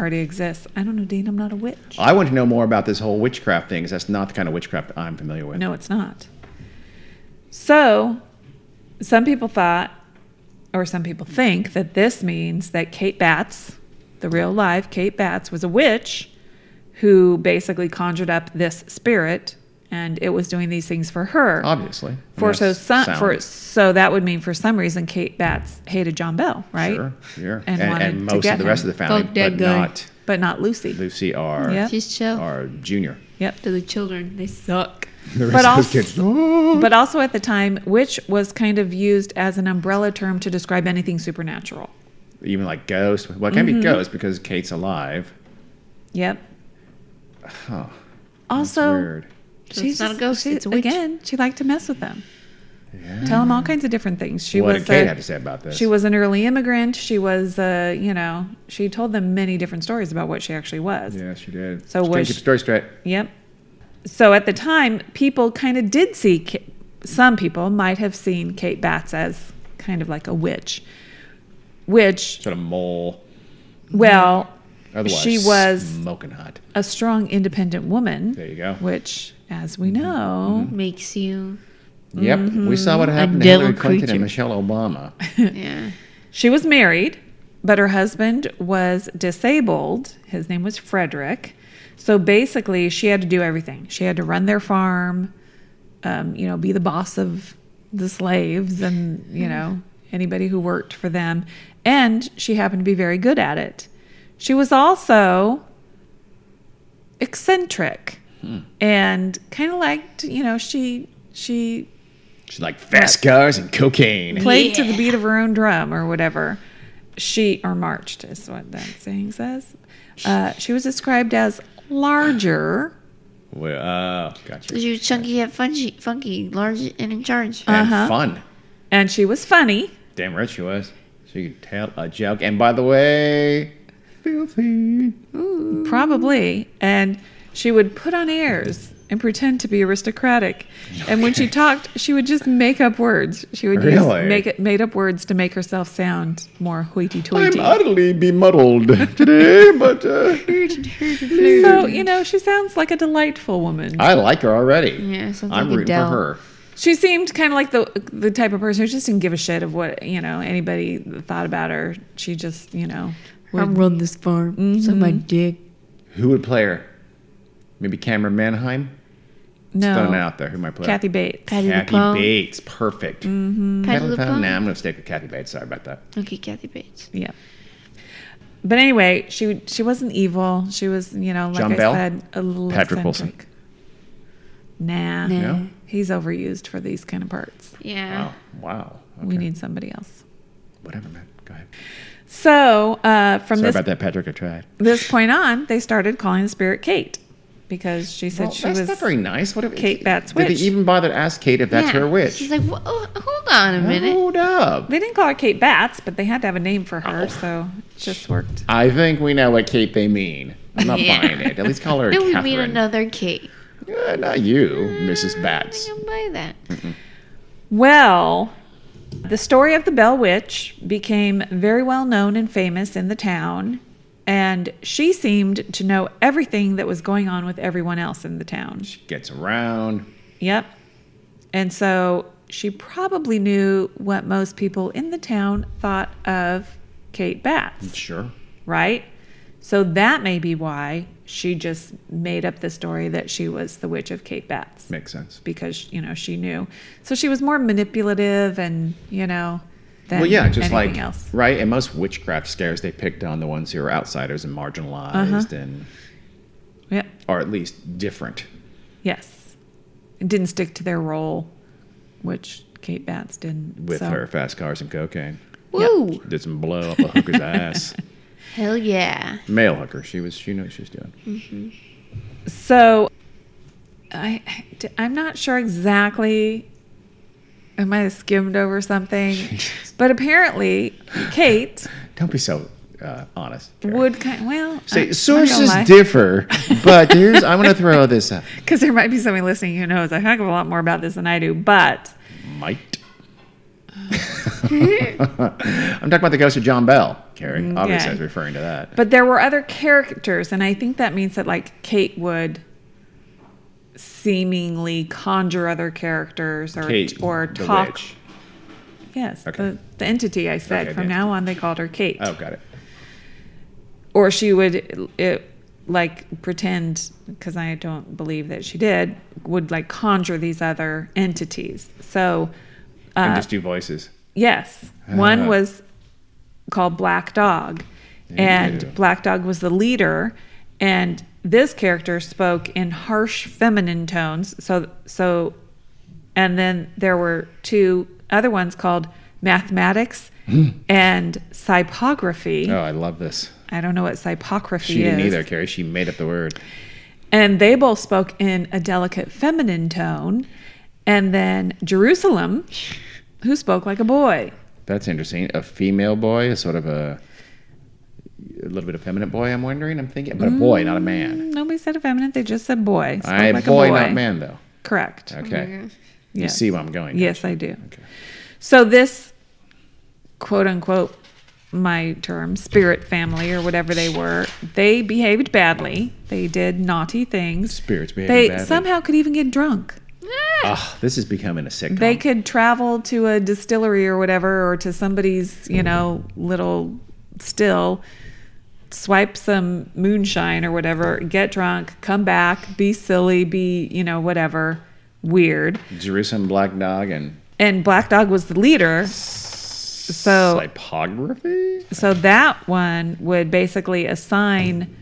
B: already exists. I don't know, Dean. I'm not a witch.
A: I want to know more about this whole witchcraft thing, 'cause that's not the kind of witchcraft I'm familiar with.
B: No, it's not. So, some people thought, or some people think, that this means that Kate Batts, the real live Kate Batts, was a witch who basically conjured up this spirit and it was doing these things for her.
A: Obviously. I
B: for
A: mean,
B: so
A: that's
B: some, for
A: Oh, sound.
B: so that would mean for some reason Kate Batts hated John Bell, right?
A: Sure, sure. And,
B: And
A: and,
B: wanted to
A: most
B: get
A: of the rest
B: him.
A: of the family,
D: Fuck that
A: but
D: guy.
A: not
B: But not Lucy.
A: Lucy or,
B: Yeah.
D: Just chill.
A: or Junior.
B: Yep.
D: To the children, they suck.
A: The rest
B: But
A: of those
B: also-
A: kids. "Oh."
B: But also at the time, witch was kind of used as an umbrella term to describe anything supernatural.
A: Even like Ghost. Well, it can't
B: Mm-hmm.
A: be Ghost because Kate's alive.
B: Yep.
A: Huh.
B: Also,
A: Weird.
D: So it's not a ghost,
B: she-
D: it's a witch.
B: Again, she liked to mess with them. Tell them all kinds of different things. She
A: What
B: was
A: did Kate
B: a-
A: have to say about this?
B: She was an early immigrant. She was, uh, you know, she told them many different stories about what she actually was.
A: Yeah, she did.
B: So
A: she couldn't keep
B: was she-
A: the story straight.
B: Yep. So at the time, people kind of did see, Ka- some people might have seen Kate Batts as kind of like a witch, which,
A: Sort of mole.
B: well,
A: Otherwise,
B: she was
A: smoking hot.
B: a strong, independent woman.
A: There you go. Mm-hmm.
B: Which, as we know,
D: Makes you.
A: Yep,
B: Mm-hmm.
A: we saw what happened to
D: devil
A: Hillary Clinton
D: creature.
A: and Michelle Obama.
D: Yeah.
B: She was married, but her husband was disabled. His name was Frederick. So basically, she had to do everything. She had to run their farm, um, you know, be the boss of the slaves and, you know, anybody who worked for them. And she happened to be very good at it. She was also eccentric and kind of liked, you know, she she
A: She's like fast cars and cocaine.
B: played to the beat of her own drum or whatever. She or marched is what that saying says. Uh, she was described as larger
A: Well, uh, gotcha.
D: She was chunky yet funky, funky, large and in charge.
A: And
B: Uh-huh.
A: fun.
B: and she was funny.
A: Damn right she was. She could tell a joke. And by the way, filthy.
B: Probably. And she would put on airs and pretend to be aristocratic. And when she talked, she would just make up words. She would
A: Really?
B: use make it, made up words to make herself sound more hoity-toity.
A: I'm utterly bemuddled today, but uh,
B: So you know, she sounds like a delightful woman.
A: I like her already.
D: Yeah, sounds
A: I'm
D: like
A: rooting
D: Adele.
A: for her.
B: She seemed kind of like the the type of person who just didn't give a shit of what you know anybody thought about her. She just you know
C: I run this farm.
D: Mm-hmm.
C: So my dick.
A: Who would play her? Maybe Cameron Manheim?
B: no.
A: Throwing it out there. Who might play
B: Kathy Bates.
D: Patty
A: her?
D: LuPone.
A: Kathy Bates. Perfect.
D: Patty
A: Nah, I'm
D: LuPone.
A: going to stick with Kathy Bates. Sorry about that.
D: Okay, Kathy Bates.
B: Yeah. But anyway, she she wasn't evil. She was you know like
A: John
B: I
A: Bell?
B: said a little
A: Patrick Wilson.
B: eccentric. Nah,
A: Yeah.
B: he's overused for these kind of parts.
D: Yeah.
A: Wow. Wow. Okay.
B: We need somebody else.
A: Whatever, man. Go ahead.
B: So uh, from
A: Sorry
B: this
A: about that, Patrick. I tried.
B: this point on, they started calling the spirit Kate because she said
A: Well,
B: she
A: that's
B: was
A: not very nice. What if,
B: Kate Bat's
A: Did
B: witch.
A: they even bother to ask Kate if that's
D: Yeah.
A: her witch?
D: She's like, "Wha- oh, hold on a minute.
A: Hold up.
B: They didn't call her Kate Bats, but they had to have a name for her, so it just worked.
A: I think we know what Kate they mean. I'm not
D: Yeah.
A: buying it. At least call her
D: Then we
A: Catherine.
D: meet another Kate.
A: Uh, not you, Mrs. Bats.
D: I don't buy that.
A: Mm,
B: Well, the story of the Bell Witch became very well known and famous in the town, and she seemed to know everything that was going on with everyone else in the town.
A: Gets around.
B: Yep. And so she probably knew what most people in the town thought of Kate Bats.
A: Sure.
B: right? So that may be why she just made up the story that she was the witch of Kate Bats
A: Makes sense.
B: because you know she knew. So she was more manipulative and you know than
A: Well, yeah, just
B: anything
A: like
B: else.
A: right. And most witchcraft scares they picked on the ones who are outsiders and marginalized
B: Uh-huh.
A: and
B: Yep.
A: are at least different.
B: Yes, and didn't stick to their role, which Kate Bats didn't.
A: With
B: so.
A: her fast cars and cocaine,
D: Woo!
A: did some blow up a hooker's ass,
D: Hell yeah.
A: male hooker. She was. She knew what she was doing.
B: So I I'm not sure exactly I might have skimmed over something, but apparently Kate
A: Don't be so uh, honest. Karen.
B: would kind well
A: Say, sources differ, but here's I'm gonna throw this up.
B: because there might be somebody listening who knows a heck of a lot more about this than I do. But
A: Might. I'm talking about the ghost of John Bell, Carrie.
B: Mm,
A: Obviously, I was
B: okay.
A: referring to that.
B: but there were other characters, and I think that means that like Kate would seemingly conjure other characters or
A: Kate,
B: or
A: the
B: talk.
A: witch.
B: Yes,
A: Okay.
B: the, the entity I said.
A: Okay,
B: From
A: the
B: now on, they called her Kate.
A: Oh, got it.
B: or she would it, like pretend because i don't believe that she did would like conjure these other entities so Uh,
A: and just do voices.
B: yes one
A: Ah.
B: was called black dog and
A: Ew.
B: black dog was the leader and this character spoke in harsh feminine tones so so and then there were two other ones called mathematics
A: Hmm.
B: and psychography
A: Oh, I love this.
B: i don't know what psychography
A: She
B: is
A: didn't either, Carrie. She made up the word.
B: And they both spoke in a delicate feminine tone. And then Jerusalem, who spoke like a boy.
A: That's interesting. A female boy is sort of a a little bit effeminate boy. I'm wondering. I'm thinking, but a boy, not a man.
B: Nobody said effeminate, they just said boy. Spoke
A: I
B: Mm. like
A: boy,
B: a boy,
A: not man, though.
B: Correct.
A: Okay, you
B: Yes.
A: see where I'm going.
B: Yes, I do. So this quote unquote my term spirit family or whatever they were they behaved badly they did naughty things
A: Spirits behaved
B: they
A: badly.
B: somehow could even get drunk
A: Ah, this is becoming a sitcom.
B: they could travel to a distillery or whatever or to somebody's
D: Mm.
B: you know little still swipe some moonshine or whatever get drunk come back be silly be you know whatever weird
A: Jerusalem Black Dog and
B: and black dog was the leader so
A: typography.
B: so that one would basically assign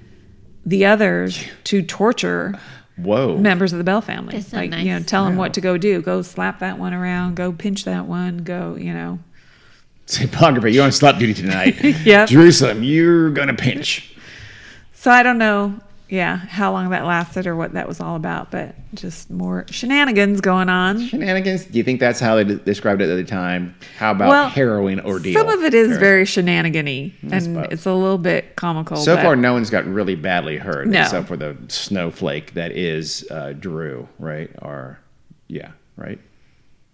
B: the others to torture
A: Whoa.
B: members of the Bell family.
D: That's not
B: like,
D: nice.
B: you know, tell them what to go do. Go slap that one around. Go pinch that one. Go, you know.
A: Typography, you're on slap duty tonight.
B: Yep.
A: Jerusalem, you're gonna pinch.
B: So I don't know yeah, how long that lasted or what that was all about, but just more shenanigans going on.
A: Shenanigans? Do you think that's how they d- described it at the time? How about
B: Well,
A: heroin ordeal?
B: Some of it is
A: Heroin.
B: very shenanigan-y, and
A: suppose.
B: it's a little bit comical.
A: So
B: but-
A: far, no one's got really badly hurt,
B: No.
A: except for the snowflake that is uh, Drew, right? Or yeah, right.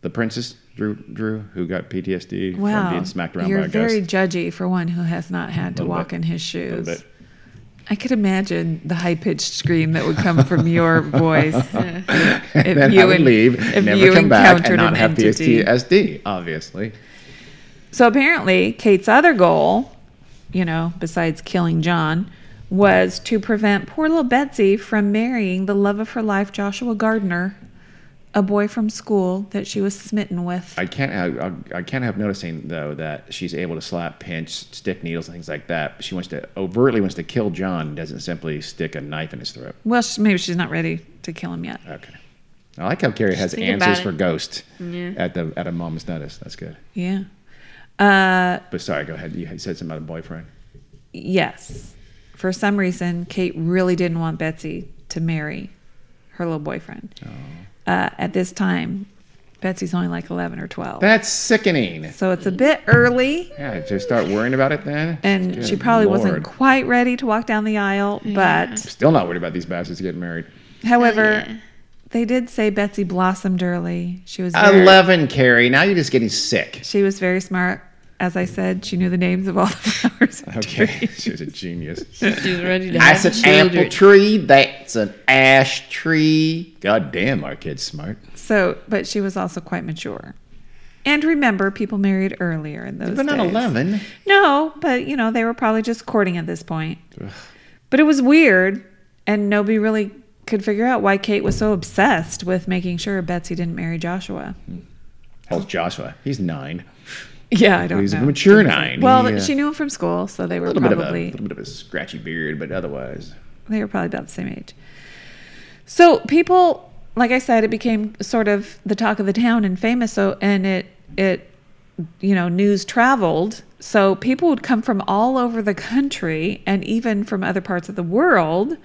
A: The princess Drew, Drew, who got PTSD
B: wow,
A: from being smacked around
B: you're
A: by a
B: very
A: ghost.
B: judgy for one who has not had to
A: Little
B: walk
A: bit.
B: in his
A: a little
B: shoes.
A: bit.
B: I could imagine the high pitched scream that would come from your voice if
A: Then I would
B: en-
A: leave,
B: if
A: never
B: you
A: come back,
B: encountered
A: and not
B: an
A: have
B: entity.
A: PTSD. Obviously,
B: So apparently, Kate's other goal, you know, besides killing John, was to prevent poor little Betsy from marrying the love of her life, Joshua Gardner, a boy from school that she was smitten with.
A: I can't. I, I can't help noticing though that she's able to slap, pinch, stick needles, and things like that. She wants to overtly wants to kill John. Doesn't simply stick a knife in his throat.
B: Well, she, maybe she's not ready to kill him yet.
A: Okay. I like how Carrie has
D: think
A: answers
D: about
A: for
D: it.
A: ghosts
D: Yeah.
A: at the at a moment's notice. That's good.
B: Yeah. Uh,
A: But sorry, go ahead. You had said something about a boyfriend.
B: yes. For some reason, Kate really didn't want Betsy to marry her little boyfriend. Uh, at this time, Betsy's only like 11 or 12.
A: That's sickening.
B: so it's a bit early.
A: Yeah, to start worrying about it then.
B: and
A: Good
B: she probably wasn't
A: Lord.
B: quite ready to walk down the aisle. But
A: Still not worried about these bastards getting married.
B: however,
D: yeah.
B: they did say Betsy blossomed early. She was very,
A: Eleven, Carrie. Now you're just getting sick.
B: she was very smart. As I said, she knew the names of all the flowers. and
A: Okay,
B: trees.
A: she's a genius.
C: She's ready to
A: That's
C: have
A: an apple tree. That's an ash tree. God damn, our kid's smart.
B: So, but she was also quite mature. And remember, people married earlier in those
A: But not
B: days.
A: eleven.
B: No, but you know, they were probably just courting at this point. but it was weird, and nobody really could figure out why Kate was so obsessed with making sure Betsy didn't marry Joshua.
A: How's Joshua? He's nine.
B: Yeah, I don't
A: He's
B: know.
A: a mature nine.
B: Well,
A: He, uh,
B: she knew him from school, so they were
A: a little bit of a
B: probably
A: little bit of a scratchy beard, but otherwise.
B: they were probably about the same age. So people, like I said, it became sort of the talk of the town and famous. So and it it you know news traveled. So people would come from all over the country and even from other parts of the world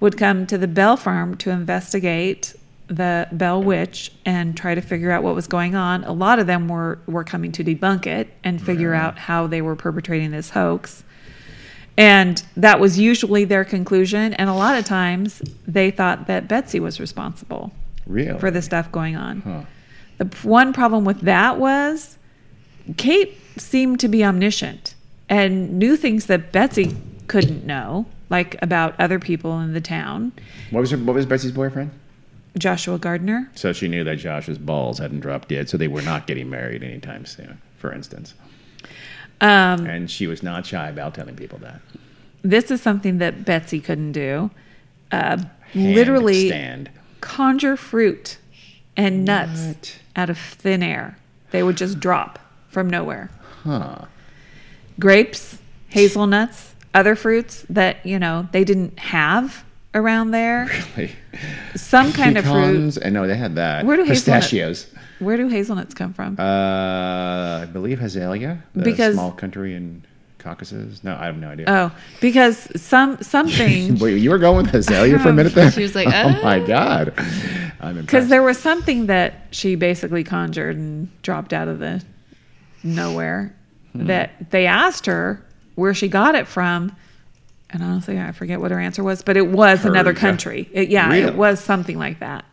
B: would come to the Bell Farm to investigate the Bell Witch and try to figure out what was going on. A lot of them were were coming to debunk it and figure out how they were perpetrating this hoax. And that was usually their conclusion. And a lot of times they thought that Betsy was responsible
A: Really?
B: for the stuff going on. The p- one problem with that was Kate seemed to be omniscient and knew things that Betsy couldn't know, like about other people in the town.
A: What was her, what was Betsy's boyfriend?
B: Joshua Gardner.
A: So she knew that Josh's balls hadn't dropped dead, so they were not getting married anytime soon, for instance.
B: Um,
A: And she was not shy about telling people that.
B: this is something that Betsy couldn't do. Uh, literally
A: stand.
B: conjure fruit and nuts
A: What?
B: out of thin air. They would just drop from nowhere. Grapes, hazelnuts, other fruits that, you know, they didn't have around there.
A: Like,
B: Some kind of fruit.
A: pecans, and no, they had that.
B: Where do hazelnut-
A: pistachios?
B: Where do hazelnuts come from?
A: Uh, I believe Hazalia, the
B: Because-
A: small country in Caucasus. No, I have no idea.
B: oh, because some something
A: Wait, you were going with Azalea for a minute there?
D: She was like,
A: oh my God. I'm
B: because
A: impressed.
B: there was something that she basically conjured and dropped out of the nowhere
A: Hmm.
B: that they asked her where she got it from and honestly i forget what her answer was but it was another
A: Persia.
B: country it, yeah
A: Really? Hmm.
B: it was something like that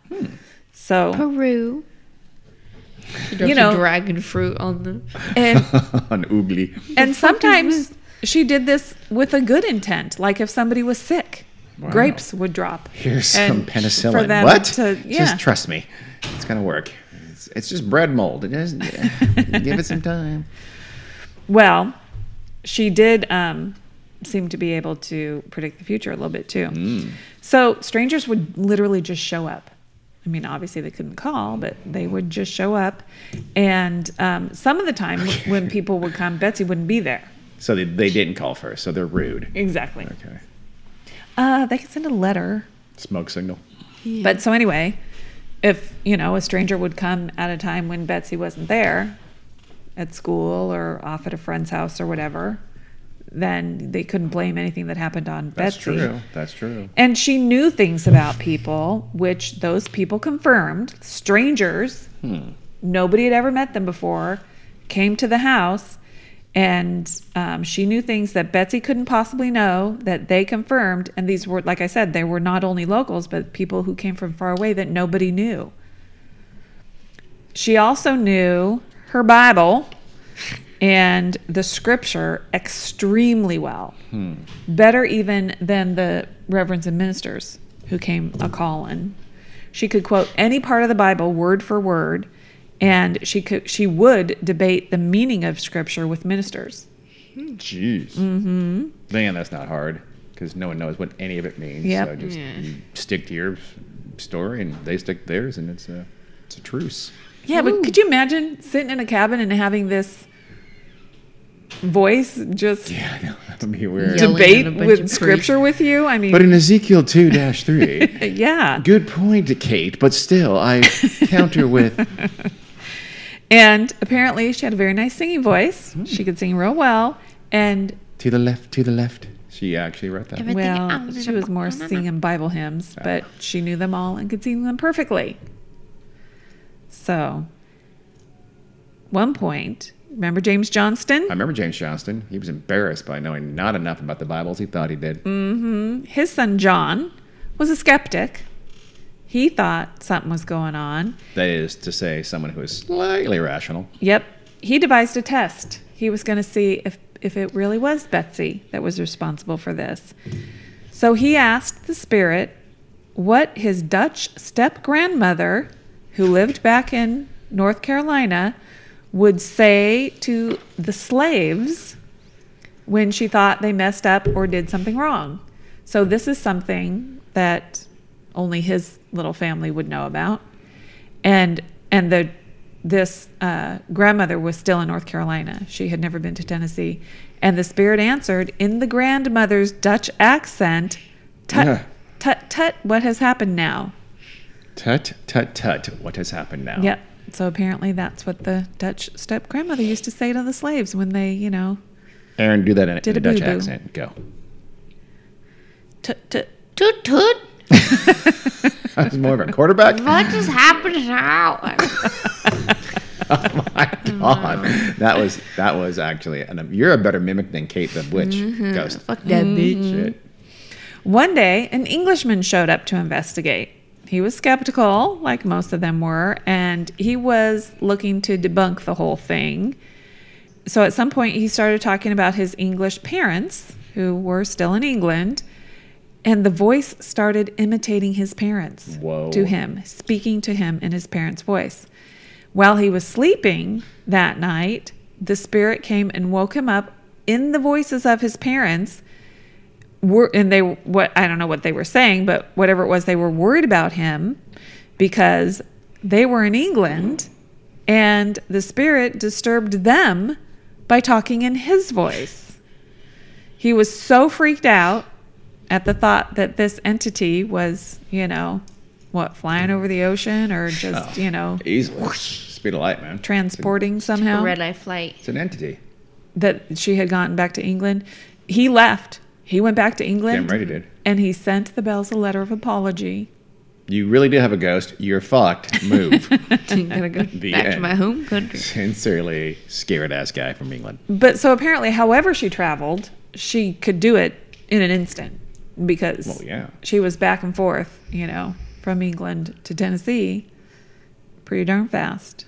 B: so
D: Peru.
B: you know-
C: dragon fruit on the
B: and
A: On Oogly.
B: and sometimes she did this with a good intent like if somebody was sick grapes would drop
A: Here's some
B: And
A: penicillin.
B: for them
A: what?
B: to- yeah.
A: Just trust me. It's going to work. It's, it's just bread mold. It doesn't, give it some time.
B: Well, she did um, seem to be able to predict the future a little bit too. So strangers would literally just show up. I mean, obviously they couldn't call, but they would just show up. And um, some of the time when people would come, Betsy wouldn't be there.
A: So they, they didn't call first, so they're rude.
B: Exactly.
A: Okay.
B: Uh, they could send a letter.
A: Smoke signal.
B: But so anyway, if you know a stranger would come at a time when Betsy wasn't there, at school or off at a friend's house or whatever, then they couldn't blame anything that happened on
A: That's
B: Betsy.
A: true. That's true.
B: And she knew things about people, which those people confirmed. Strangers, nobody had ever met them before, came to the house, and um, she knew things that Betsy couldn't possibly know that they confirmed. And these were, like I said, they were not only locals, but people who came from far away that nobody knew. She also knew her Bible and the scripture extremely well, better even than the reverends and ministers who came a calling. She could quote any part of the Bible word for word, and she could she would debate the meaning of scripture with ministers.
A: Jeez. Mm-hmm. Man, that's not hard because no one knows what any of it means.
B: Yep.
A: So just
D: Yeah.
A: you stick to your story, and they stick to theirs, and it's a it's a truce.
B: Yeah, but could you imagine sitting in a cabin and having this voice just
A: Yeah, I know. that would be weird.
C: Yep. Yelling at a
B: debate
C: bunch of
B: with
C: priests.
B: scripture with you? I mean, uh,
A: But in Ezekiel two dash three,
B: yeah.
A: good point, Kate. But still, I counter with
B: And apparently, she had a very nice singing voice.
C: Hmm.
B: She could sing real well. And
A: to the left, to the left. She actually wrote that.
D: Everything
B: well,
D: else is
B: she
D: a
B: was more
D: banana.
B: singing Bible hymns, but she knew them all and could sing them perfectly. So, one point, remember James Johnston?
A: I remember James Johnston. He was embarrassed by knowing not enough about the Bible as he thought he did.
B: His son John was a skeptic. He thought something was going on.
A: That is to say, someone who is slightly rational.
B: Yep, he devised a test. He was going to see if if it really was Betsy that was responsible for this. So he asked the spirit what his Dutch step grandmother, who lived back in North Carolina, would say to the slaves when she thought they messed up or did something wrong. So this is something that only his little family would know about, and and the this uh, grandmother was still in North Carolina. She had never been to Tennessee, and the spirit answered in the grandmother's Dutch accent, "Tut
A: Yeah.
B: tut tut, what has happened now?"
A: Tut, tut, tut. What has happened now?
B: Yep. So apparently that's what the Dutch step grandmother used to say to the slaves when they, you know,
A: Aaron, do that in,
B: Did
A: in a
B: a
A: Dutch
B: boo-boo.
A: accent. Go.
B: tut tut.
D: Toot toot.
A: That was more of a quarterback.
D: What just happened now?
A: oh my god, that was that was actually. An, you're a better mimic than Kate the witch
B: Mm-hmm.
A: ghost. Fuck
D: that bitch.
A: shit.
B: One day, an Englishman showed up to investigate. He was skeptical, like most of them were, and he was looking to debunk the whole thing. So at some point, he started talking about his English parents, who were still in England, and the voice started imitating his parents
A: Whoa.
B: to him, speaking to him in his parents' voice. While he was sleeping that night, the spirit came and woke him up in the voices of his parents were and they what I don't know what they were saying, but whatever it was, they were worried about him because they were in England and the spirit disturbed them by talking in his voice. He was so freaked out at the thought that this entity was, you know, what, flying over the ocean or just, you know,
A: Easily. Speed of light, man.
B: transporting somehow
D: Red eye flight.
A: It's an entity.
B: that she had gotten back to England. He left. He went back to
A: Damn
B: England.
A: right he did.
B: And he sent the Bells a letter of apology.
A: You really do have a ghost. You're fucked. Move.
C: I'm gonna go.
A: The
D: Back to
A: end.
D: my home country.
A: Sincerely, scared ass guy from England.
B: But so apparently, however she traveled, she could do it in an instant because
A: Well, yeah.
B: she was back and forth, you know, from England to Tennessee pretty darn fast.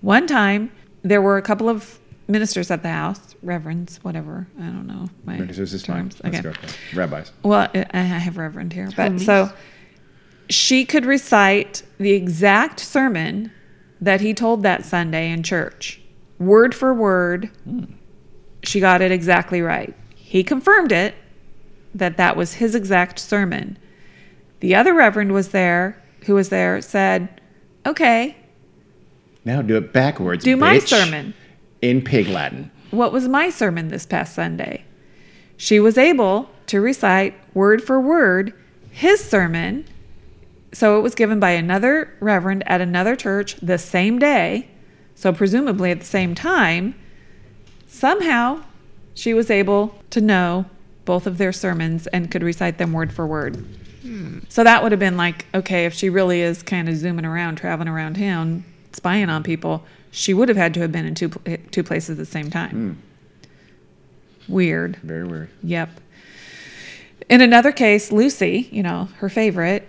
B: One time, there were a couple of ministers at the house, reverends, whatever. I don't know. My
A: Ministers is fine.
B: Mm-hmm. terms.
A: Let's
B: Okay.
A: go. Rabbis.
B: Well, I I have Reverend here, but
D: Homies.
B: so she could recite the exact sermon that he told that Sunday in church, word for word. She got it exactly right. He confirmed it that that was his exact sermon. The other Reverend was there, who was there, said, "Okay,
A: Now do it backwards.
B: do my
A: bitch.
B: sermon."
A: in Pig Latin.
B: what was my sermon this past Sunday. She was able to recite word for word his sermon. So it was given by another reverend at another church the same day. So presumably at the same time. Somehow She was able to know both of their sermons and could recite them word for word. So that would have been like, okay, if she really is kind of zooming around, traveling around town, spying on people, she would have had to have been in two pl- two places at the same time. Weird.
A: Very weird.
B: Yep. In another case, Lucy, you know, her favorite,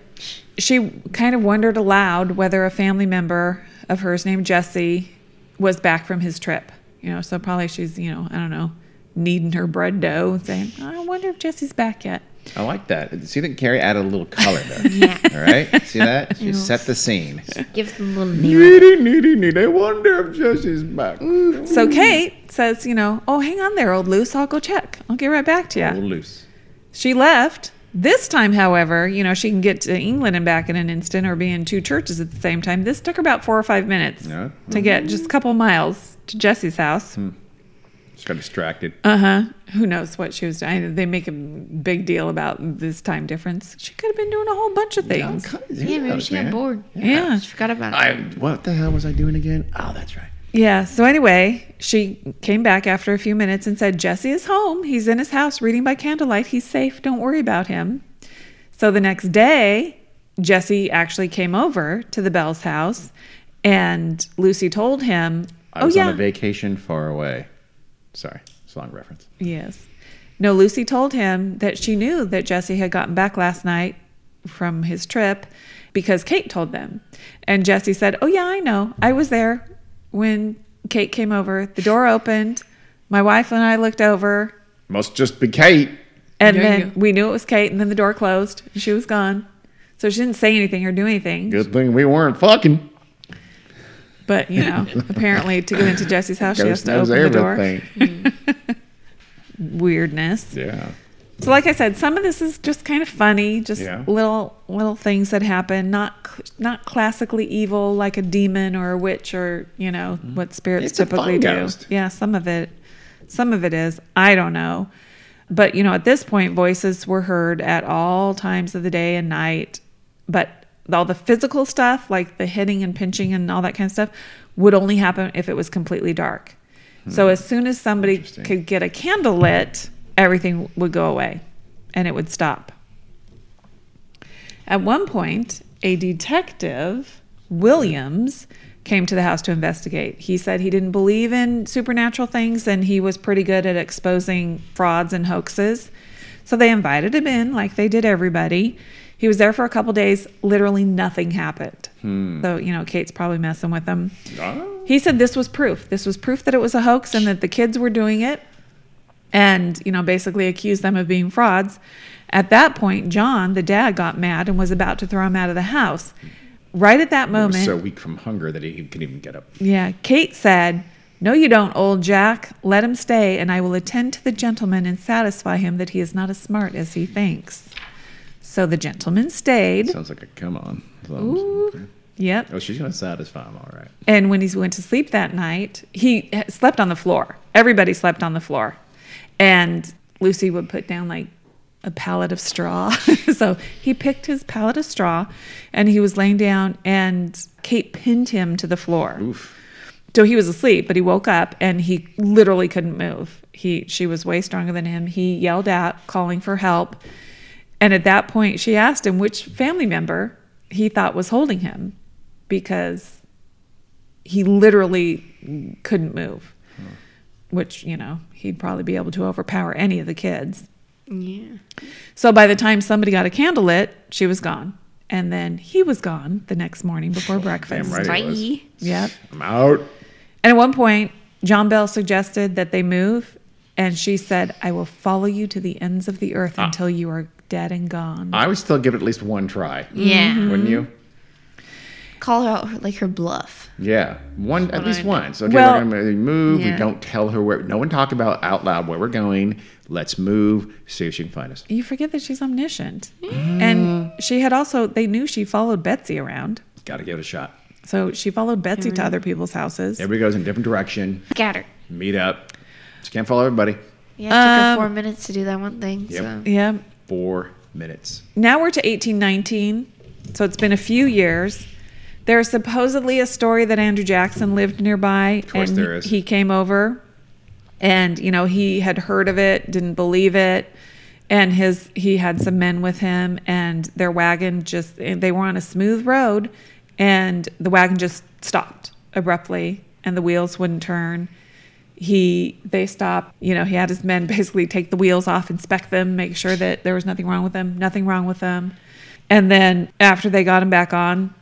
B: she kind of wondered aloud whether a family member of hers named Jesse was back from his trip. You know, so probably she's, you know, I don't know, kneading her bread dough and saying, I wonder if Jesse's back yet.
A: I like that. See that Carrie added a little color there. yeah. All right. See that? She set the scene.
D: Give them a little name.
A: Needy, needy, needy. I wonder if Jesse's back.
B: So Kate says, you know, oh, hang on there, old Luce. I'll go check. I'll get right back to
A: A
B: you.
A: little loose.
B: She left. This time, however, you know, she can get to England and back in an instant or be in two churches at the same time. This took her about four or five minutes
A: Yeah.
B: to get just a couple miles to Jesse's house.
A: Just got distracted.
B: Uh huh. Who knows what she was doing? They make a big deal about this time difference. She could have been doing a whole bunch of things.
D: Yeah, maybe she got bored.
B: Yeah.
D: She forgot about it.
A: What the hell was I doing again? Oh, that's right.
B: Yeah. So, anyway, she came back after a few minutes and said, Jesse is home. He's in his house reading by candlelight. He's safe. Don't worry about him. So, the next day, Jesse actually came over to the Bell's house and Lucy told him,
A: I
B: Oh,
A: was
B: yeah.
A: on a vacation far away. Sorry, it's a long reference.
B: Yes. No, Lucy told him that she knew that Jesse had gotten back last night from his trip because Kate told them. And Jesse said, Oh, yeah, I know. I was there when Kate came over. The door opened. My wife and I looked over.
A: Must just be Kate.
B: And
C: There you
B: then
C: go.
B: we knew it was Kate. And then the door closed. And she was gone. So she didn't say anything or do anything.
A: Good thing we weren't fucking.
B: But, you know, apparently to go into Jesse's house, she has to open the door. Weirdness.
A: Yeah.
B: So, like I said, some of this is just kind of funny, just
A: Yeah.
B: little little things that happen. Not cl- not classically evil, like a demon or a witch or you know what spirits
A: It's a fun
B: typically do.
A: ghost.
B: Yeah, some of it, some of it is. I don't know, but you know, at this point, voices were heard at all times of the day and night. But all the physical stuff, like the hitting and pinching and all that kind of stuff, would only happen if it was completely dark. So as soon as somebody
A: Hmm. Interesting.
B: could get a candle lit, everything would go away and it would stop. At one point, a detective, Williams, came to the house to investigate. He said he didn't believe in supernatural things and he was pretty good at exposing frauds and hoaxes. So they invited him in like they did everybody. He was there for a couple days. Literally nothing happened. So, you know, Kate's probably messing with him. He said this was proof. This was proof that it was a hoax and that the kids were doing it and, you know, basically accused them of being frauds. At that point, John, the dad, got mad and was about to throw him out of the house. Right at that
A: He was
B: moment,
A: Oh, so weak from hunger that he couldn't even get up.
B: yeah, Kate said, No, you don't, old Jack. Let him stay, and I will attend to the gentleman and satisfy him that he is not as smart as he thinks. So the gentleman stayed.
A: Sounds like a come on.
B: Yep.
A: Oh, she's gonna satisfy him, all right.
B: And when he went to sleep that night, he slept on the floor. Everybody slept on the floor. And Lucy would put down like a pallet of straw. so he picked his pallet of straw and he was laying down, and Kate pinned him to the floor.
A: Oof.
B: So he was asleep, but he woke up and he literally couldn't move. He she was way stronger than him. He yelled out, calling for help. And at that point, she asked him which family member he thought was holding him because he literally couldn't move, which, you know, he'd probably be able to overpower any of the kids.
D: Yeah.
B: So by the time somebody got a candle lit, she was gone. And then he was gone the next morning before breakfast.
A: Oh, Damn right he was.
D: Bye.
B: Yep.
A: I'm out.
B: And at one point, John Bell suggested that they move, and she said, "I will follow you to the ends of the
A: Ah.
B: earth until you are dead and gone."
A: I would still give it at least one try.
D: Yeah.
A: Wouldn't you?
D: Call her out her- like her bluff.
A: Yeah, one at least
D: I-
A: once. Okay,
B: Well-
A: we're gonna move. We
D: Yeah.
A: don't tell her where. No one talk about out loud where we're going. Let's move. See if she can find us.
B: you forget that she's omniscient, and she had also—they knew she followed Betsy around,
A: Got to give it a shot.
B: so she followed Betsy to other people's houses.
A: Everybody goes in a different direction.
D: Got her.
A: Meet up. She can't follow everybody.
D: Yeah, it took
B: Um,
D: her four minutes to do that one thing. So.
B: yeah.
A: Four minutes.
B: Now we're to 1819, so it's been a few years. There's supposedly a story that Andrew Jackson lived nearby,
A: course
B: and
A: there is.
B: he came over and you know he had heard of it didn't believe it and his he had some men with him and their wagon just they were on a smooth road and the wagon just stopped abruptly and the wheels wouldn't turn he they stopped you know he had his men basically take the wheels off inspect them make sure that there was nothing wrong with them nothing wrong with them and then after they got him back on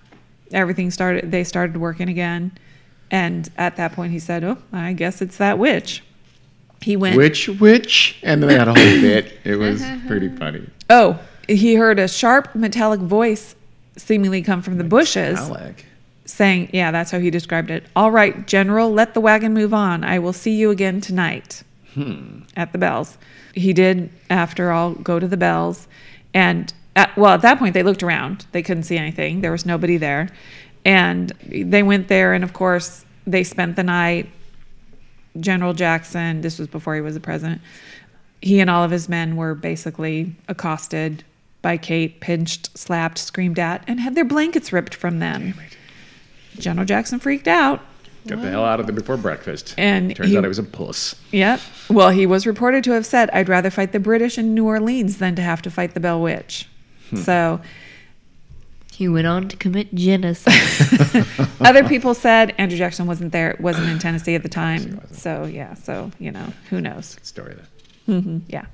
B: everything started they started working again and at that point he said oh i guess it's that witch he went
A: Which witch? And then they had a whole bit. It was pretty funny.
B: oh he heard a sharp metallic voice seemingly come from the bushes
A: Alec.
B: saying yeah that's how he described it all right general let the wagon move on i will see you again tonight at the bells he did after all go to the bells and at, well at that point they looked around they couldn't see anything there was nobody there and they went there and of course they spent the night General Jackson, this was before he was the president, he and all of his men were basically accosted by Kate, pinched, slapped, screamed at, and had their blankets ripped from them. General Jackson freaked out.
A: Got the hell out of there before breakfast.
B: And
A: turns
B: he-
A: out it was a puss.
B: Yep. Well, he was reported to have said, I'd rather fight the British in New Orleans than to have to fight the Bell Witch.
A: Hmm.
B: So
D: He went on to commit genocide.
B: other people said Andrew Jackson wasn't there, wasn't in Tennessee at the time. So, yeah. So, you know, who knows?
A: Story there.
B: Yeah.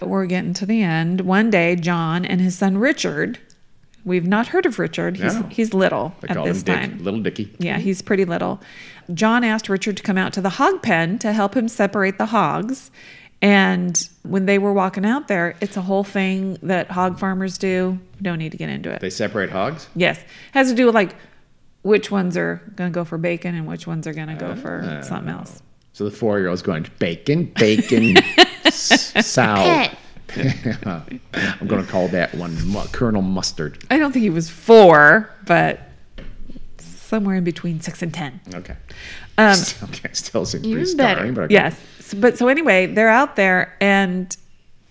B: We're getting to the end. One day, John and his son Richard, we've not heard of Richard. He's,
A: No.
B: he's little
A: They
B: at
A: call him
B: this
A: Dick,
B: time.
A: Little Dicky.
B: Yeah, he's pretty little. John asked Richard to come out to the hog pen to help him separate the hogs. And when they were walking out there, it's a whole thing that hog farmers do. We don't need to get into it.
A: They separate hogs.
B: Yes. Has to do with like which ones are going to go for bacon and which ones are going to go for something else.
A: So the four-year-old's going bacon, bacon, s- sow.
D: Pet.
A: I'm going to call that one mu- Colonel Mustard.
B: I don't think he was four, but somewhere in between six and 10.
A: Okay.
B: Um,
A: Okay. Still seems
D: Even
A: pretty
D: better.
A: starring, but okay.
B: yes. So, but so anyway, they're out there and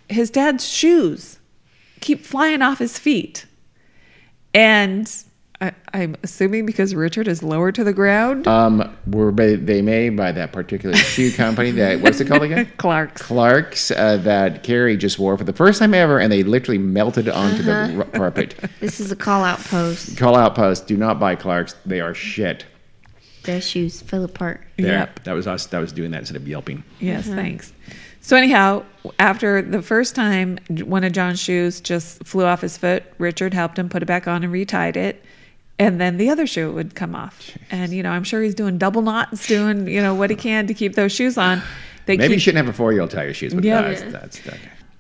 B: his dad's shoes keep flying off his feet. And I, I'm assuming because Richard is lower to the ground.
A: Um, were ba- they made by that particular shoe company that what's it called again?
B: Clark's.
A: Clark's uh, that Carrie just wore for the first time ever, and they literally melted onto the
B: Uh-huh.
A: r- carpet.
D: This is a call out post.
A: Call out post: Do not buy Clark's; they are shit.
D: Their shoes fell apart.
A: There.
B: Yep.
A: That was us. That was doing that instead of yelping.
B: Yes, thanks. So anyhow, after the first time one of John's shoes just flew off his foot, Richard helped him put it back on and retied it. And then the other shoe would come off. And you know, I'm sure he's doing double knots, doing, you know, what he can to keep those shoes on. They
A: Maybe you
B: keep-
A: shouldn't have a four-year-old tie your shoes, but
B: Yeah.
A: that's, that's, okay.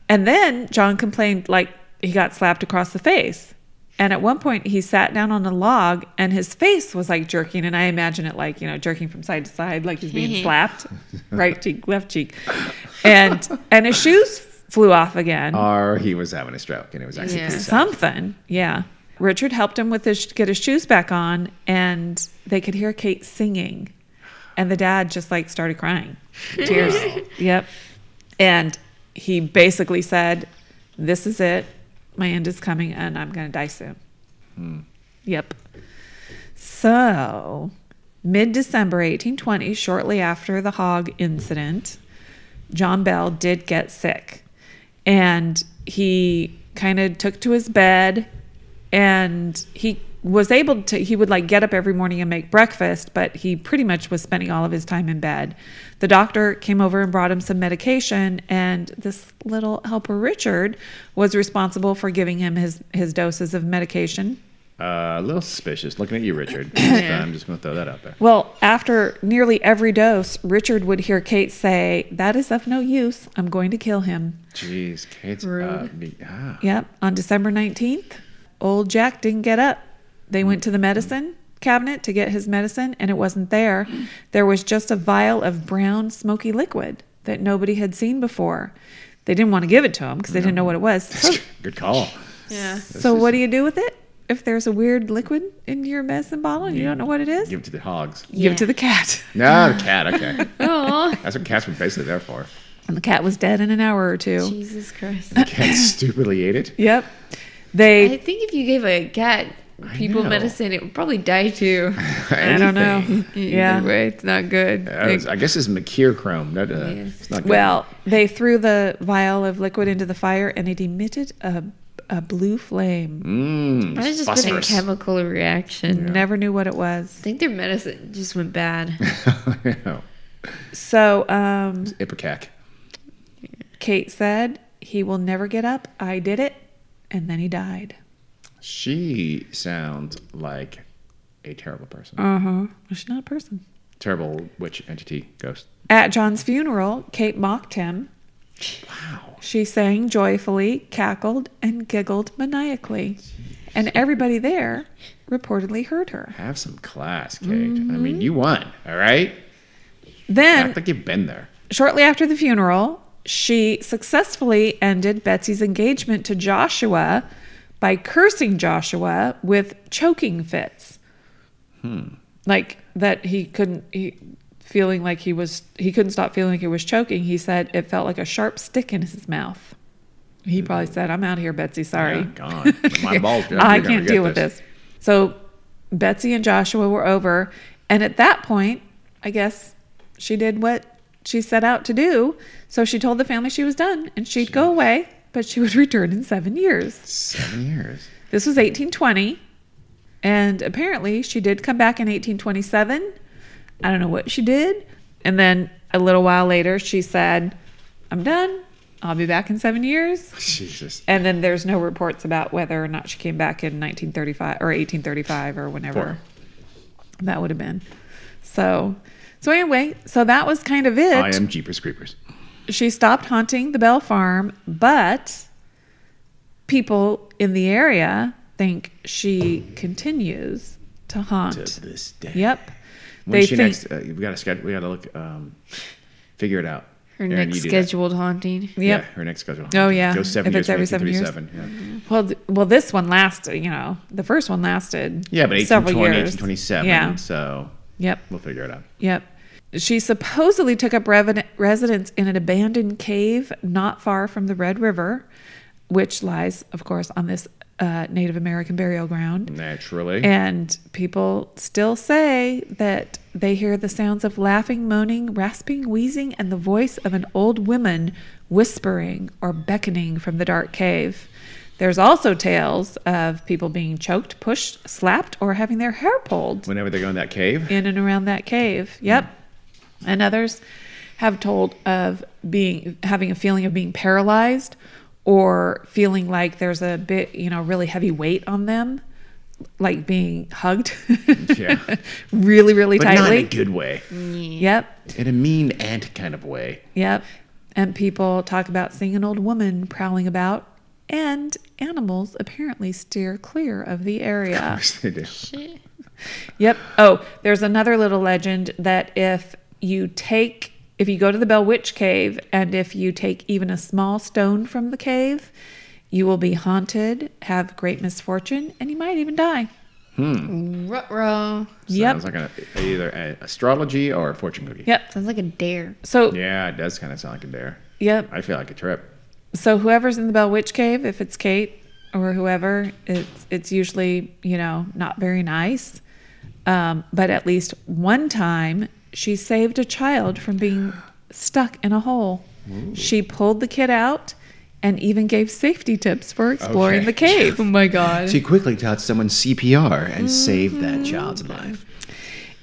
B: and then John complained like he got slapped across the face. And at one point he sat down on a log and his face was like jerking. And I imagine it like, you know, jerking from side to side, like he's being slapped. Right cheek, left cheek. And and his shoes flew off again.
A: Or he was having a stroke, and it was actually
C: Yeah.
A: pretty sad.
B: Something. Yeah. Richard helped him with his get his shoes back on and they could hear Kate singing. And the dad just like started crying. Tears. yep. And he basically said, This is it. My end is coming and I'm gonna die soon. Yep. So mid December 1820, shortly after the hog incident, John Bell did get sick and he kind of took to his bed and he was able to he would like get up every morning and make breakfast but he pretty much was spending all of his time in bed the doctor came over and brought him some medication and this little helper richard was responsible for giving him his his doses of medication
A: Uh, a little suspicious. Looking at you, Richard. So I'm just going to throw that out there.
B: well, after nearly every dose, Richard would hear Kate say, That is of no use. I'm going to kill him.
A: Jeez, Kate's uh, be, ah.
B: Yep. On December 19th, old Jack didn't get up. They went to the medicine cabinet to get his medicine, and it wasn't there. There was just a vial of brown, smoky liquid that nobody had seen before. They didn't want to give it to him because they didn't know what it was. So,
A: Good call.
C: Yeah.
B: so what do you do with it? If there's a weird liquid in your medicine bottle and you don't know what it is,
A: Give it to the hogs.
B: give it to the cat.
A: No, the cat. Okay.
C: Oh,
A: That's what cats were basically there for.
B: And the cat was dead in an hour or two.
D: Jesus Christ.
A: Cats stupidly ate it.
B: Yep. They
C: I think if you gave a cat people
A: know.
C: medicine, it would probably die too.
B: I don't know.
C: yeah.
B: Yeah.
C: way, it's not good.
A: Uh, it's- I guess it's mercurochrome. Not, uh,
C: Yes.
A: it's not good.
B: Well, they threw the vial of liquid into the fire and it emitted a, a blue flame.
A: Mm,
C: Probably just been a
A: phosphorus.
C: chemical reaction.
B: Never knew what it was.
C: I think their medicine just went bad.
A: No.
B: So um,
A: Ipecac.
B: Kate said, He will never get up. I did it. And then he died.
A: She sounds like a terrible person.
B: Uh huh. She's not a person.
A: terrible witch entity ghost.
B: At John's funeral, Kate mocked him. Wow. She sang joyfully, cackled, and giggled maniacally. And everybody there reportedly heard her.
A: Have some class, Kate. I
B: Mm-hmm.
A: mean, you won, all right?
B: Then,
A: Act like you've been there.
B: shortly after the funeral, she successfully ended Betsy's engagement to Joshua by cursing Joshua with choking fits. Like that he couldn't he feeling like he was he couldn't stop feeling like he was choking. He said it felt like a sharp stick in his mouth. He probably said, "I'm out of here, Betsy.
A: Mm-hmm.
B: Sorry."
A: Yeah, gone. My balls. you're
B: I
A: never
B: can't
A: get
B: deal with this. So Betsy and Joshua were over. And at that point, I guess she did what she set out to do. So she told the family she was done and she'd go away, but she would return in seven years.
A: Seven years.
B: This was 1820. And apparently she did come back in 1827. I don't know what she did. And then a little while later, she said, I'm done. I'll be back in seven years.
A: Jesus.
B: And then there's no reports about whether or not she came back in 1935 or 1835 or whenever
A: Four.
B: that would have been. So, so anyway, so that was kind of it.
A: I am Jeepers Creepers.
B: She stopped haunting the Bell Farm, but people in the area think she continues to haunt.
A: To this day.
B: Yep.
A: When's she next? Uh, we gotta schedule. We gotta look. Um, figure it out.
C: Her
A: Erin,
C: next
A: you do that.
C: scheduled haunting.
B: Yep.
A: Yeah, her next schedule.
B: Oh, yeah.
A: Go seven
B: If
A: years.
B: it's every
A: from
B: seven years.
A: 1837, Yeah.
B: Well, th- well, this one lasted. You know, the first one lasted.
A: yeah, but
B: several
A: 1820,
B: years.
A: 1827.
B: Yeah.
A: So
B: Yep.
A: we'll figure it out.
B: Yep. She supposedly took up reven- residence in an abandoned cave not far from the Red River, which lies, of course, on this uh, Native American burial
A: Mm-hmm.
B: ground.
A: Naturally.
B: And people still say that they hear the sounds of laughing, moaning, rasping, wheezing, and the voice of an old woman whispering or beckoning from the dark cave. There's also tales of people being choked, pushed, slapped, or having their hair pulled
A: Whenever they go in that cave.
B: in and around that cave. Yep. And others have told of being having a feeling of being paralyzed or feeling like there's a bit, you know, really heavy weight on them, like being hugged.
A: Yeah.
B: really, really
A: But not in a
B: tightly.
A: good way.
B: Yep.
A: In a mean ant kind of way.
B: Yep. And people talk about seeing an old woman prowling about and animals apparently steer clear of the area.
A: they do.
B: Yep. Oh, there's another little legend that if you take, if you go to the Bell Witch Cave and if you take even a small stone from the cave, you will be haunted, have great misfortune, and you might even die.
C: Ruh-roh.
B: yep.
A: Sounds like a, either a- astrology or a fortune cookie.
B: yep.
D: Sounds like a dare.
B: So,
A: Yeah, it does kind of sound like a dare.
B: yep.
A: I feel like a trip.
B: So whoever's in the Bell Witch Cave, if it's Kate or whoever, it's it's usually you know not very nice. Um, but at least one time, she saved a child from being stuck in a hole. She pulled the kid out and even gave safety tips for exploring
A: Okay.
B: the cave.
C: Oh my god.
A: She quickly taught someone CPR
B: Mm-hmm.
A: and saved that child's life.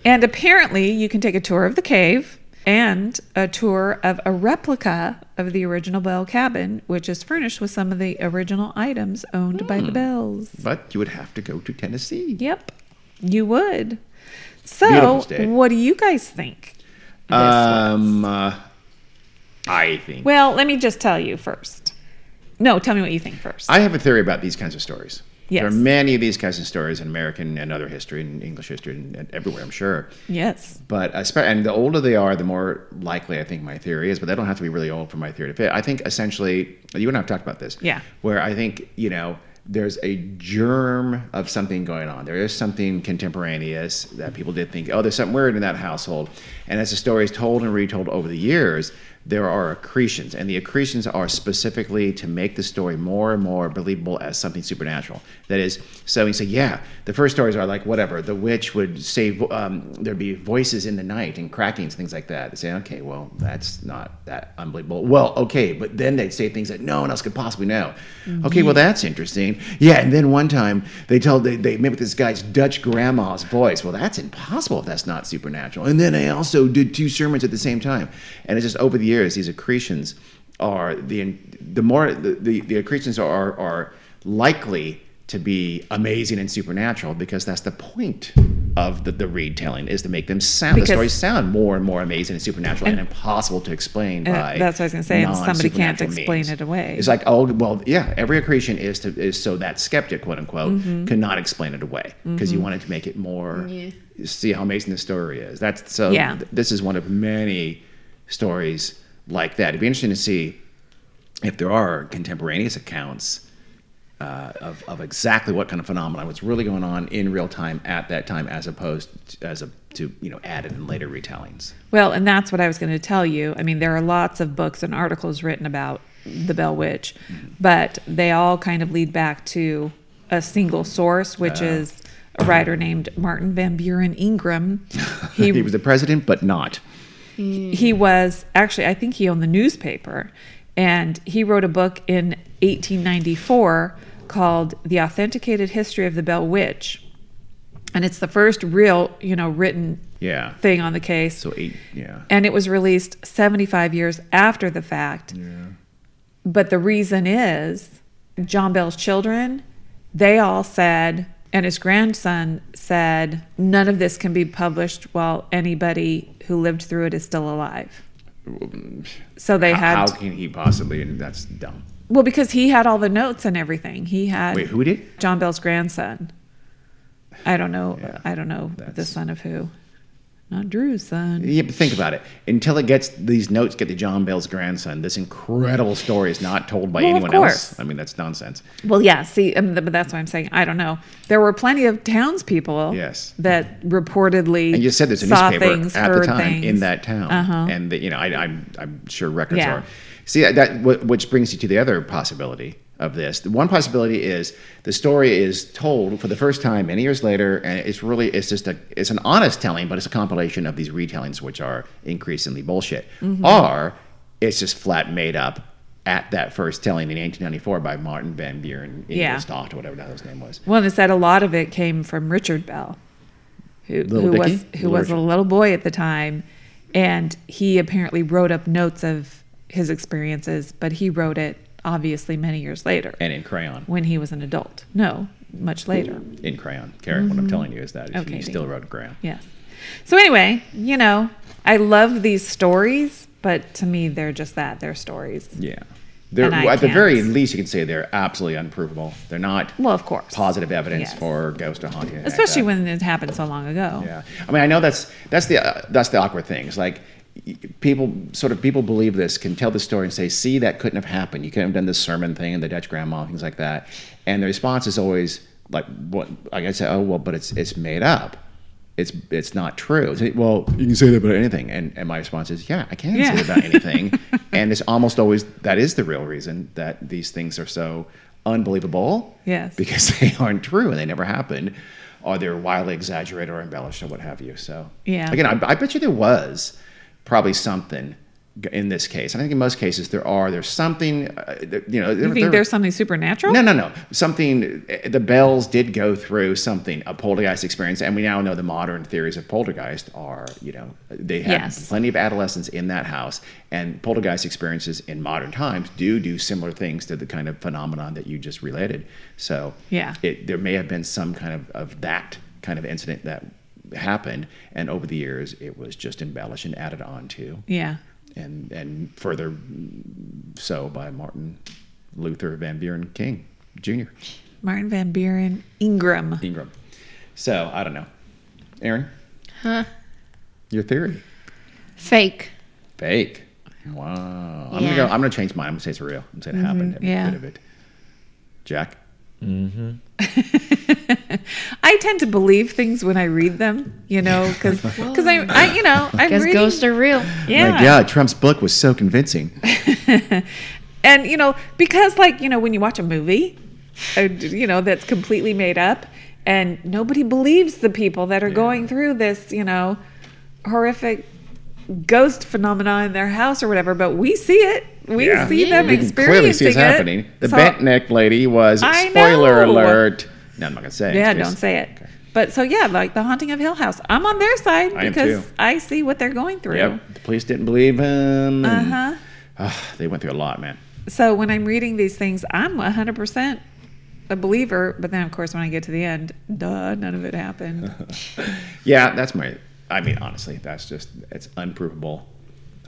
B: And apparently, you can take a tour of the cave and a tour of a replica of the original Bell cabin, which is furnished with some of the original items owned by
A: Hmm.
B: the Bells.
A: But you would have to go to Tennessee.
B: Yep, you would. So,
A: Beautiful state.
B: what do you guys think? this
A: um, uh, I think.
B: Well, let me just tell you first. No, tell me what you think first.
A: I have a theory about these kinds of stories. There are
B: Yes.
A: many of these kinds of stories in American and other history and English history and, and everywhere, I'm sure.
B: yes.
A: But I spe- and the older they are, the more likely I think my theory is. But they don't have to be really old for my theory to fit. I think essentially, you and I have talked about this.
B: Yeah.
A: Where I think you know there's a germ of something going on. There is something contemporaneous that people did think, oh, there's something weird in that household. And as the story is told and retold over the years, there are accretions, and the accretions are specifically to make the story more and more believable as something supernatural. That is, so you say, yeah, the first stories are like whatever. The witch would say um, there'd be voices in the night and crackings, things like that. They say, okay, well, that's not that unbelievable. Well, okay, but then they'd say things that no one else could possibly know. Okay, well, that's interesting. Yeah, and then one time they told they, they mimicked this guy's Dutch grandma's voice. Well, that's impossible if that's not supernatural. And then they also did two sermons at the same time. And it's just over the years, these accretions are the the more the, the, the accretions are are likely to be amazing and supernatural because that's the point of the, the read telling is to make them sound the
B: Because-
A: stories sound more and more amazing and supernatural and, impossible to explain
B: And
A: by
B: that's what I was gonna say, and somebody can't
A: non-supernatural
B: explain it away.
A: It's like, oh, well, yeah, every accretion is to is so that skeptic, quote unquote,
B: Mm-hmm.
A: cannot explain it away because you wanted to make it more see how amazing the story is. That's so.
B: Yeah.
A: th- this is one of many stories like that. It'd be interesting to see if there are contemporaneous accounts uh, of, of exactly what kind of phenomenon was really going on in real time at that time, as opposed to, as a, to you know added and later retellings.
B: Well, and that's what I was going to tell you. I mean, there are lots of books and articles written about the Bell Witch, but they all kind of lead back to a single source, which is a writer named Martin Van Buren Ingram. He
A: He was the president, but not.
B: he was actually i think he owned the newspaper and he wrote a book in 1894 called the authenticated history of the bell witch and it's the first real you know written
A: Yeah.
B: thing on the case
A: So eight. Yeah.
B: and it was released 75 years after the fact but the reason is john bell's children they all said and his grandson said none of this can be published while anybody who lived through it is still alive so they had
A: How can he possibly? And that's dumb.
B: well because he had all the notes and everything he had
A: Wait, who did?
B: john bell's grandson i don't know
A: Yeah,
B: i don't know the
A: that's-
B: son of who not drew's son
A: Yeah, but think about it. Until it gets these notes get to John Bell's grandson, this incredible story is not told by
B: Well, of
A: anyone
B: course.
A: else. I mean, that's nonsense.
B: Well, yeah. See, um, th- but that's what I'm saying. I don't know. There were plenty of townspeople.
A: Yes.
B: That reportedly
A: And you said there's a
B: saw
A: newspaper
B: things,
A: at the
B: heard
A: time in
B: things.
A: that town,
B: Uh-huh.
A: and the, you know, I, I'm I'm sure records
B: Yeah.
A: are. See that, that wh- which brings you to the other possibility of this. The one possibility is the story is told for the first time many years later, and it's really it's just a it's an honest telling, but it's a compilation of these retellings which are increasingly bullshit,
B: Mm-hmm.
A: or it's just flat made up at that first telling in 1894 by Martin Van Buren
B: Yeah.
A: Ingolstadt or whatever the hell his name was.
B: Well, they said a lot of it came from Richard Bell, who,
A: Little
B: who was
A: Dickie?
B: who
A: Little
B: was a
A: Richard.
B: little boy at the time, and he apparently wrote up notes of his experiences, but he wrote it obviously many years later
A: And in crayon,
B: when he was an adult. No, much later.
A: in crayon, Karen. What I'm telling you is that
B: Mm-hmm. Okay,
A: he
B: Dean.
A: still wrote in crayon.
B: Yes. So anyway, you know, I love these stories, but to me, they're just that. They're stories.
A: Yeah. They're,
B: And I
A: well, at the
B: can't.
A: very least, you can say they're absolutely unprovable. They're not
B: Well, of course.
A: positive evidence
B: Yes.
A: for ghost or haunting, anything like
B: especially
A: that.
B: when it happened so long ago.
A: Yeah, I mean, I know that's that's the uh, that's the awkward thing. It's like y- people sort of people believe this can tell the story and say, "See, that couldn't have happened. You couldn't have done the sermon thing and the Dutch grandma things like that." And the response is always like, "What?" Like I say, "Oh, well, but it's it's made up. It's it's not true." It's like, well, you can say that about anything, and and my response is, "Yeah, I can
B: Yeah.
A: say that about anything." and it's almost always that is the real reason that these things are so unbelievable
B: Yes.
A: because they aren't true and they never happened, or they're wildly exaggerated or embellished or what have you. So
B: Yeah.
A: again, I, I bet you there was probably something g- in this case. I think in most cases there are. There's something, uh, there- you know.
B: You think there's something supernatural?
A: No, no, no. Something. uh, The bells did go through something a poltergeist experience, and we now know the modern theories of poltergeist are, you know, they had
B: Yes.
A: plenty of adolescents in that house, and poltergeist experiences in modern times do do similar things to the kind of phenomenon that you just related. So
B: Yeah.
A: it, there may have been some kind of of that kind of incident that happened, and over the years it was just embellished and added on to
B: Yeah.
A: and and further so by Martin Luther Van Buren King Jr.
B: Martin Van Buren Ingram.
A: Ingram. So I don't know, Aaron. Huh? Your theory?
C: Fake.
A: Fake. Wow. I'm gonna
D: Yeah.
A: go. I'm gonna change mine. I'm gonna say it's
B: Mm-hmm.
A: real. I'm gonna say it happened. Every
B: Yeah.
A: bit of it. Jack.
B: I tend to believe things when I read them, you know, because I, I, you know, I'm
C: Guess
B: reading.
C: ghosts are real.
B: yeah.
A: Like, yeah, Trump's book was so convincing.
B: and you know because like you know when you watch a movie uh, you know that's completely made up and nobody believes the people that are going through this you know horrific ghost phenomena in their house or whatever but we see it we
A: Yeah.
B: see
C: Yeah.
B: them
A: You can clearly see
B: experiencing
A: it's
B: it.
A: happening. The
B: So-
A: bent neck lady was
B: I
A: spoiler
B: know.
A: alert. No, I'm not gonna say. it.
B: yeah
A: It's
B: don't
A: just-
B: say it but so yeah like the haunting of hill house i'm on their side
A: I am
B: because
A: too.
B: i see what they're going through
A: Yep. The police didn't believe him. and-
B: uh-huh
A: Ugh, they went through a lot, man.
B: so when I'm reading these things, I'm 100% a believer. But then, of course, when I get to the end, duh, none of it happened.
A: Yeah, that's my. I mean, honestly, that's just it's unprovable.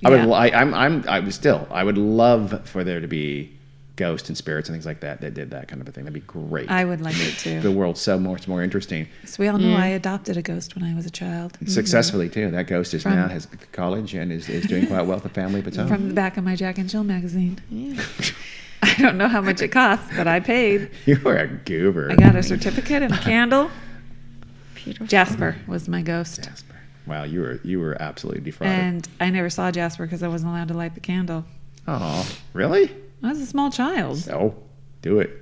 A: I would.
B: Yeah.
A: li- I, I'm. I'm. I would still. I would love for there to be ghosts and spirits and things like that that did that kind of a thing. That'd be great.
B: I would like it too. Mm-hmm.
A: the world's so much more interesting.
B: So we all know I adopted a ghost when I was a child
A: Successfully too. That ghost is now has college and is, is doing quite well with a family of its own.
B: from the back of my Jack and Jill magazine. I don't know how much it cost, but I paid.
A: you are a goober.
B: I got a certificate and a candle.
C: Beautiful.
B: Jasper was my ghost.
A: Jasper. Wow, you were you were absolutely defrauded.
B: And I never saw Jasper because I wasn't allowed to light the candle.
A: Oh, really?
B: I was a small child.
A: No, do it.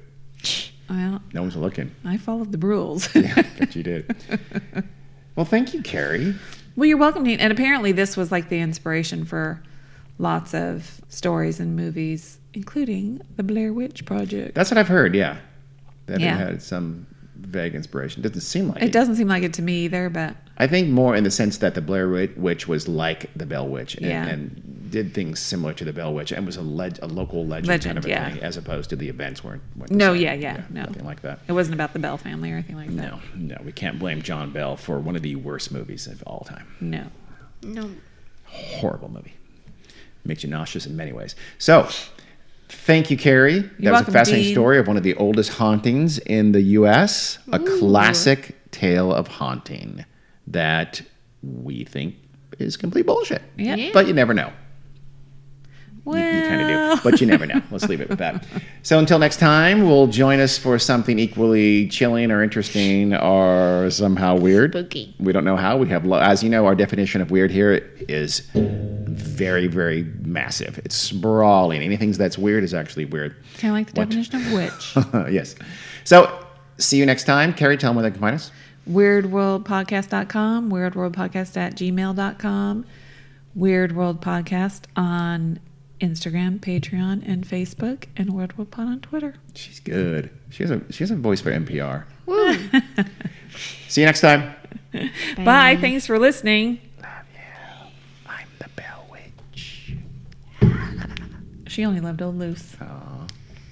B: Well,
A: No one's looking.
B: I followed the rules.
A: But you did. well, thank you, Carrie.
B: Well, you're welcome, Dean. And apparently, this was like the inspiration for lots of stories and movies, including the Blair Witch Project.
A: That's what I've heard. Yeah, that
B: Yeah.
A: it had some vague inspiration. Doesn't seem like it.
B: It doesn't seem like it to me either, but
A: I think more in the sense that the Blair Wi- Witch was like the Bell Witch and,
B: Yeah.
A: and did things similar to the Bell Witch and was a, leg- a local legend, kind
B: Legend,
A: of a
B: yeah.
A: thing, as opposed to the events weren't. weren't the
B: no,
A: same.
B: yeah, yeah, no.
A: nothing like that.
B: It wasn't about the Bell family or anything like that.
A: No, no, we can't blame John Bell for one of the worst movies of all time.
B: No.
D: No.
A: horrible movie. Makes you nauseous in many ways. So, thank you, Carrie. That was
B: welcome,
A: a fascinating
B: Dean.
A: story of one of the oldest hauntings in the U.S. A classic tale of haunting that we think is complete bullshit.
B: Yeah.
A: But you never know. You, you kind
B: Well.
A: of do, but you never know. Let's leave it with that. So until next time, we'll join us for something equally chilling or interesting or somehow weird.
D: Spooky.
A: We don't know how. We have, lo- as you know, our definition of weird here is very, very massive. It's sprawling. Anything that's weird is actually weird.
B: Kind of like the
A: What?
B: definition of witch.
A: yes. So see you next time. Carrie, tell them where they can find us.
B: WeirdWorldPodcast.com, WeirdWorldPodcast at gmail.com, Weird World Podcast on Instagram, Patreon, and Facebook, and Weird World Pod on Twitter.
A: She's good. She has a she has a voice for NPR. see you next time.
B: Bye. Thanks for listening.
A: I'm the Bell Witch.
B: She only loved old Luce.
A: Oh.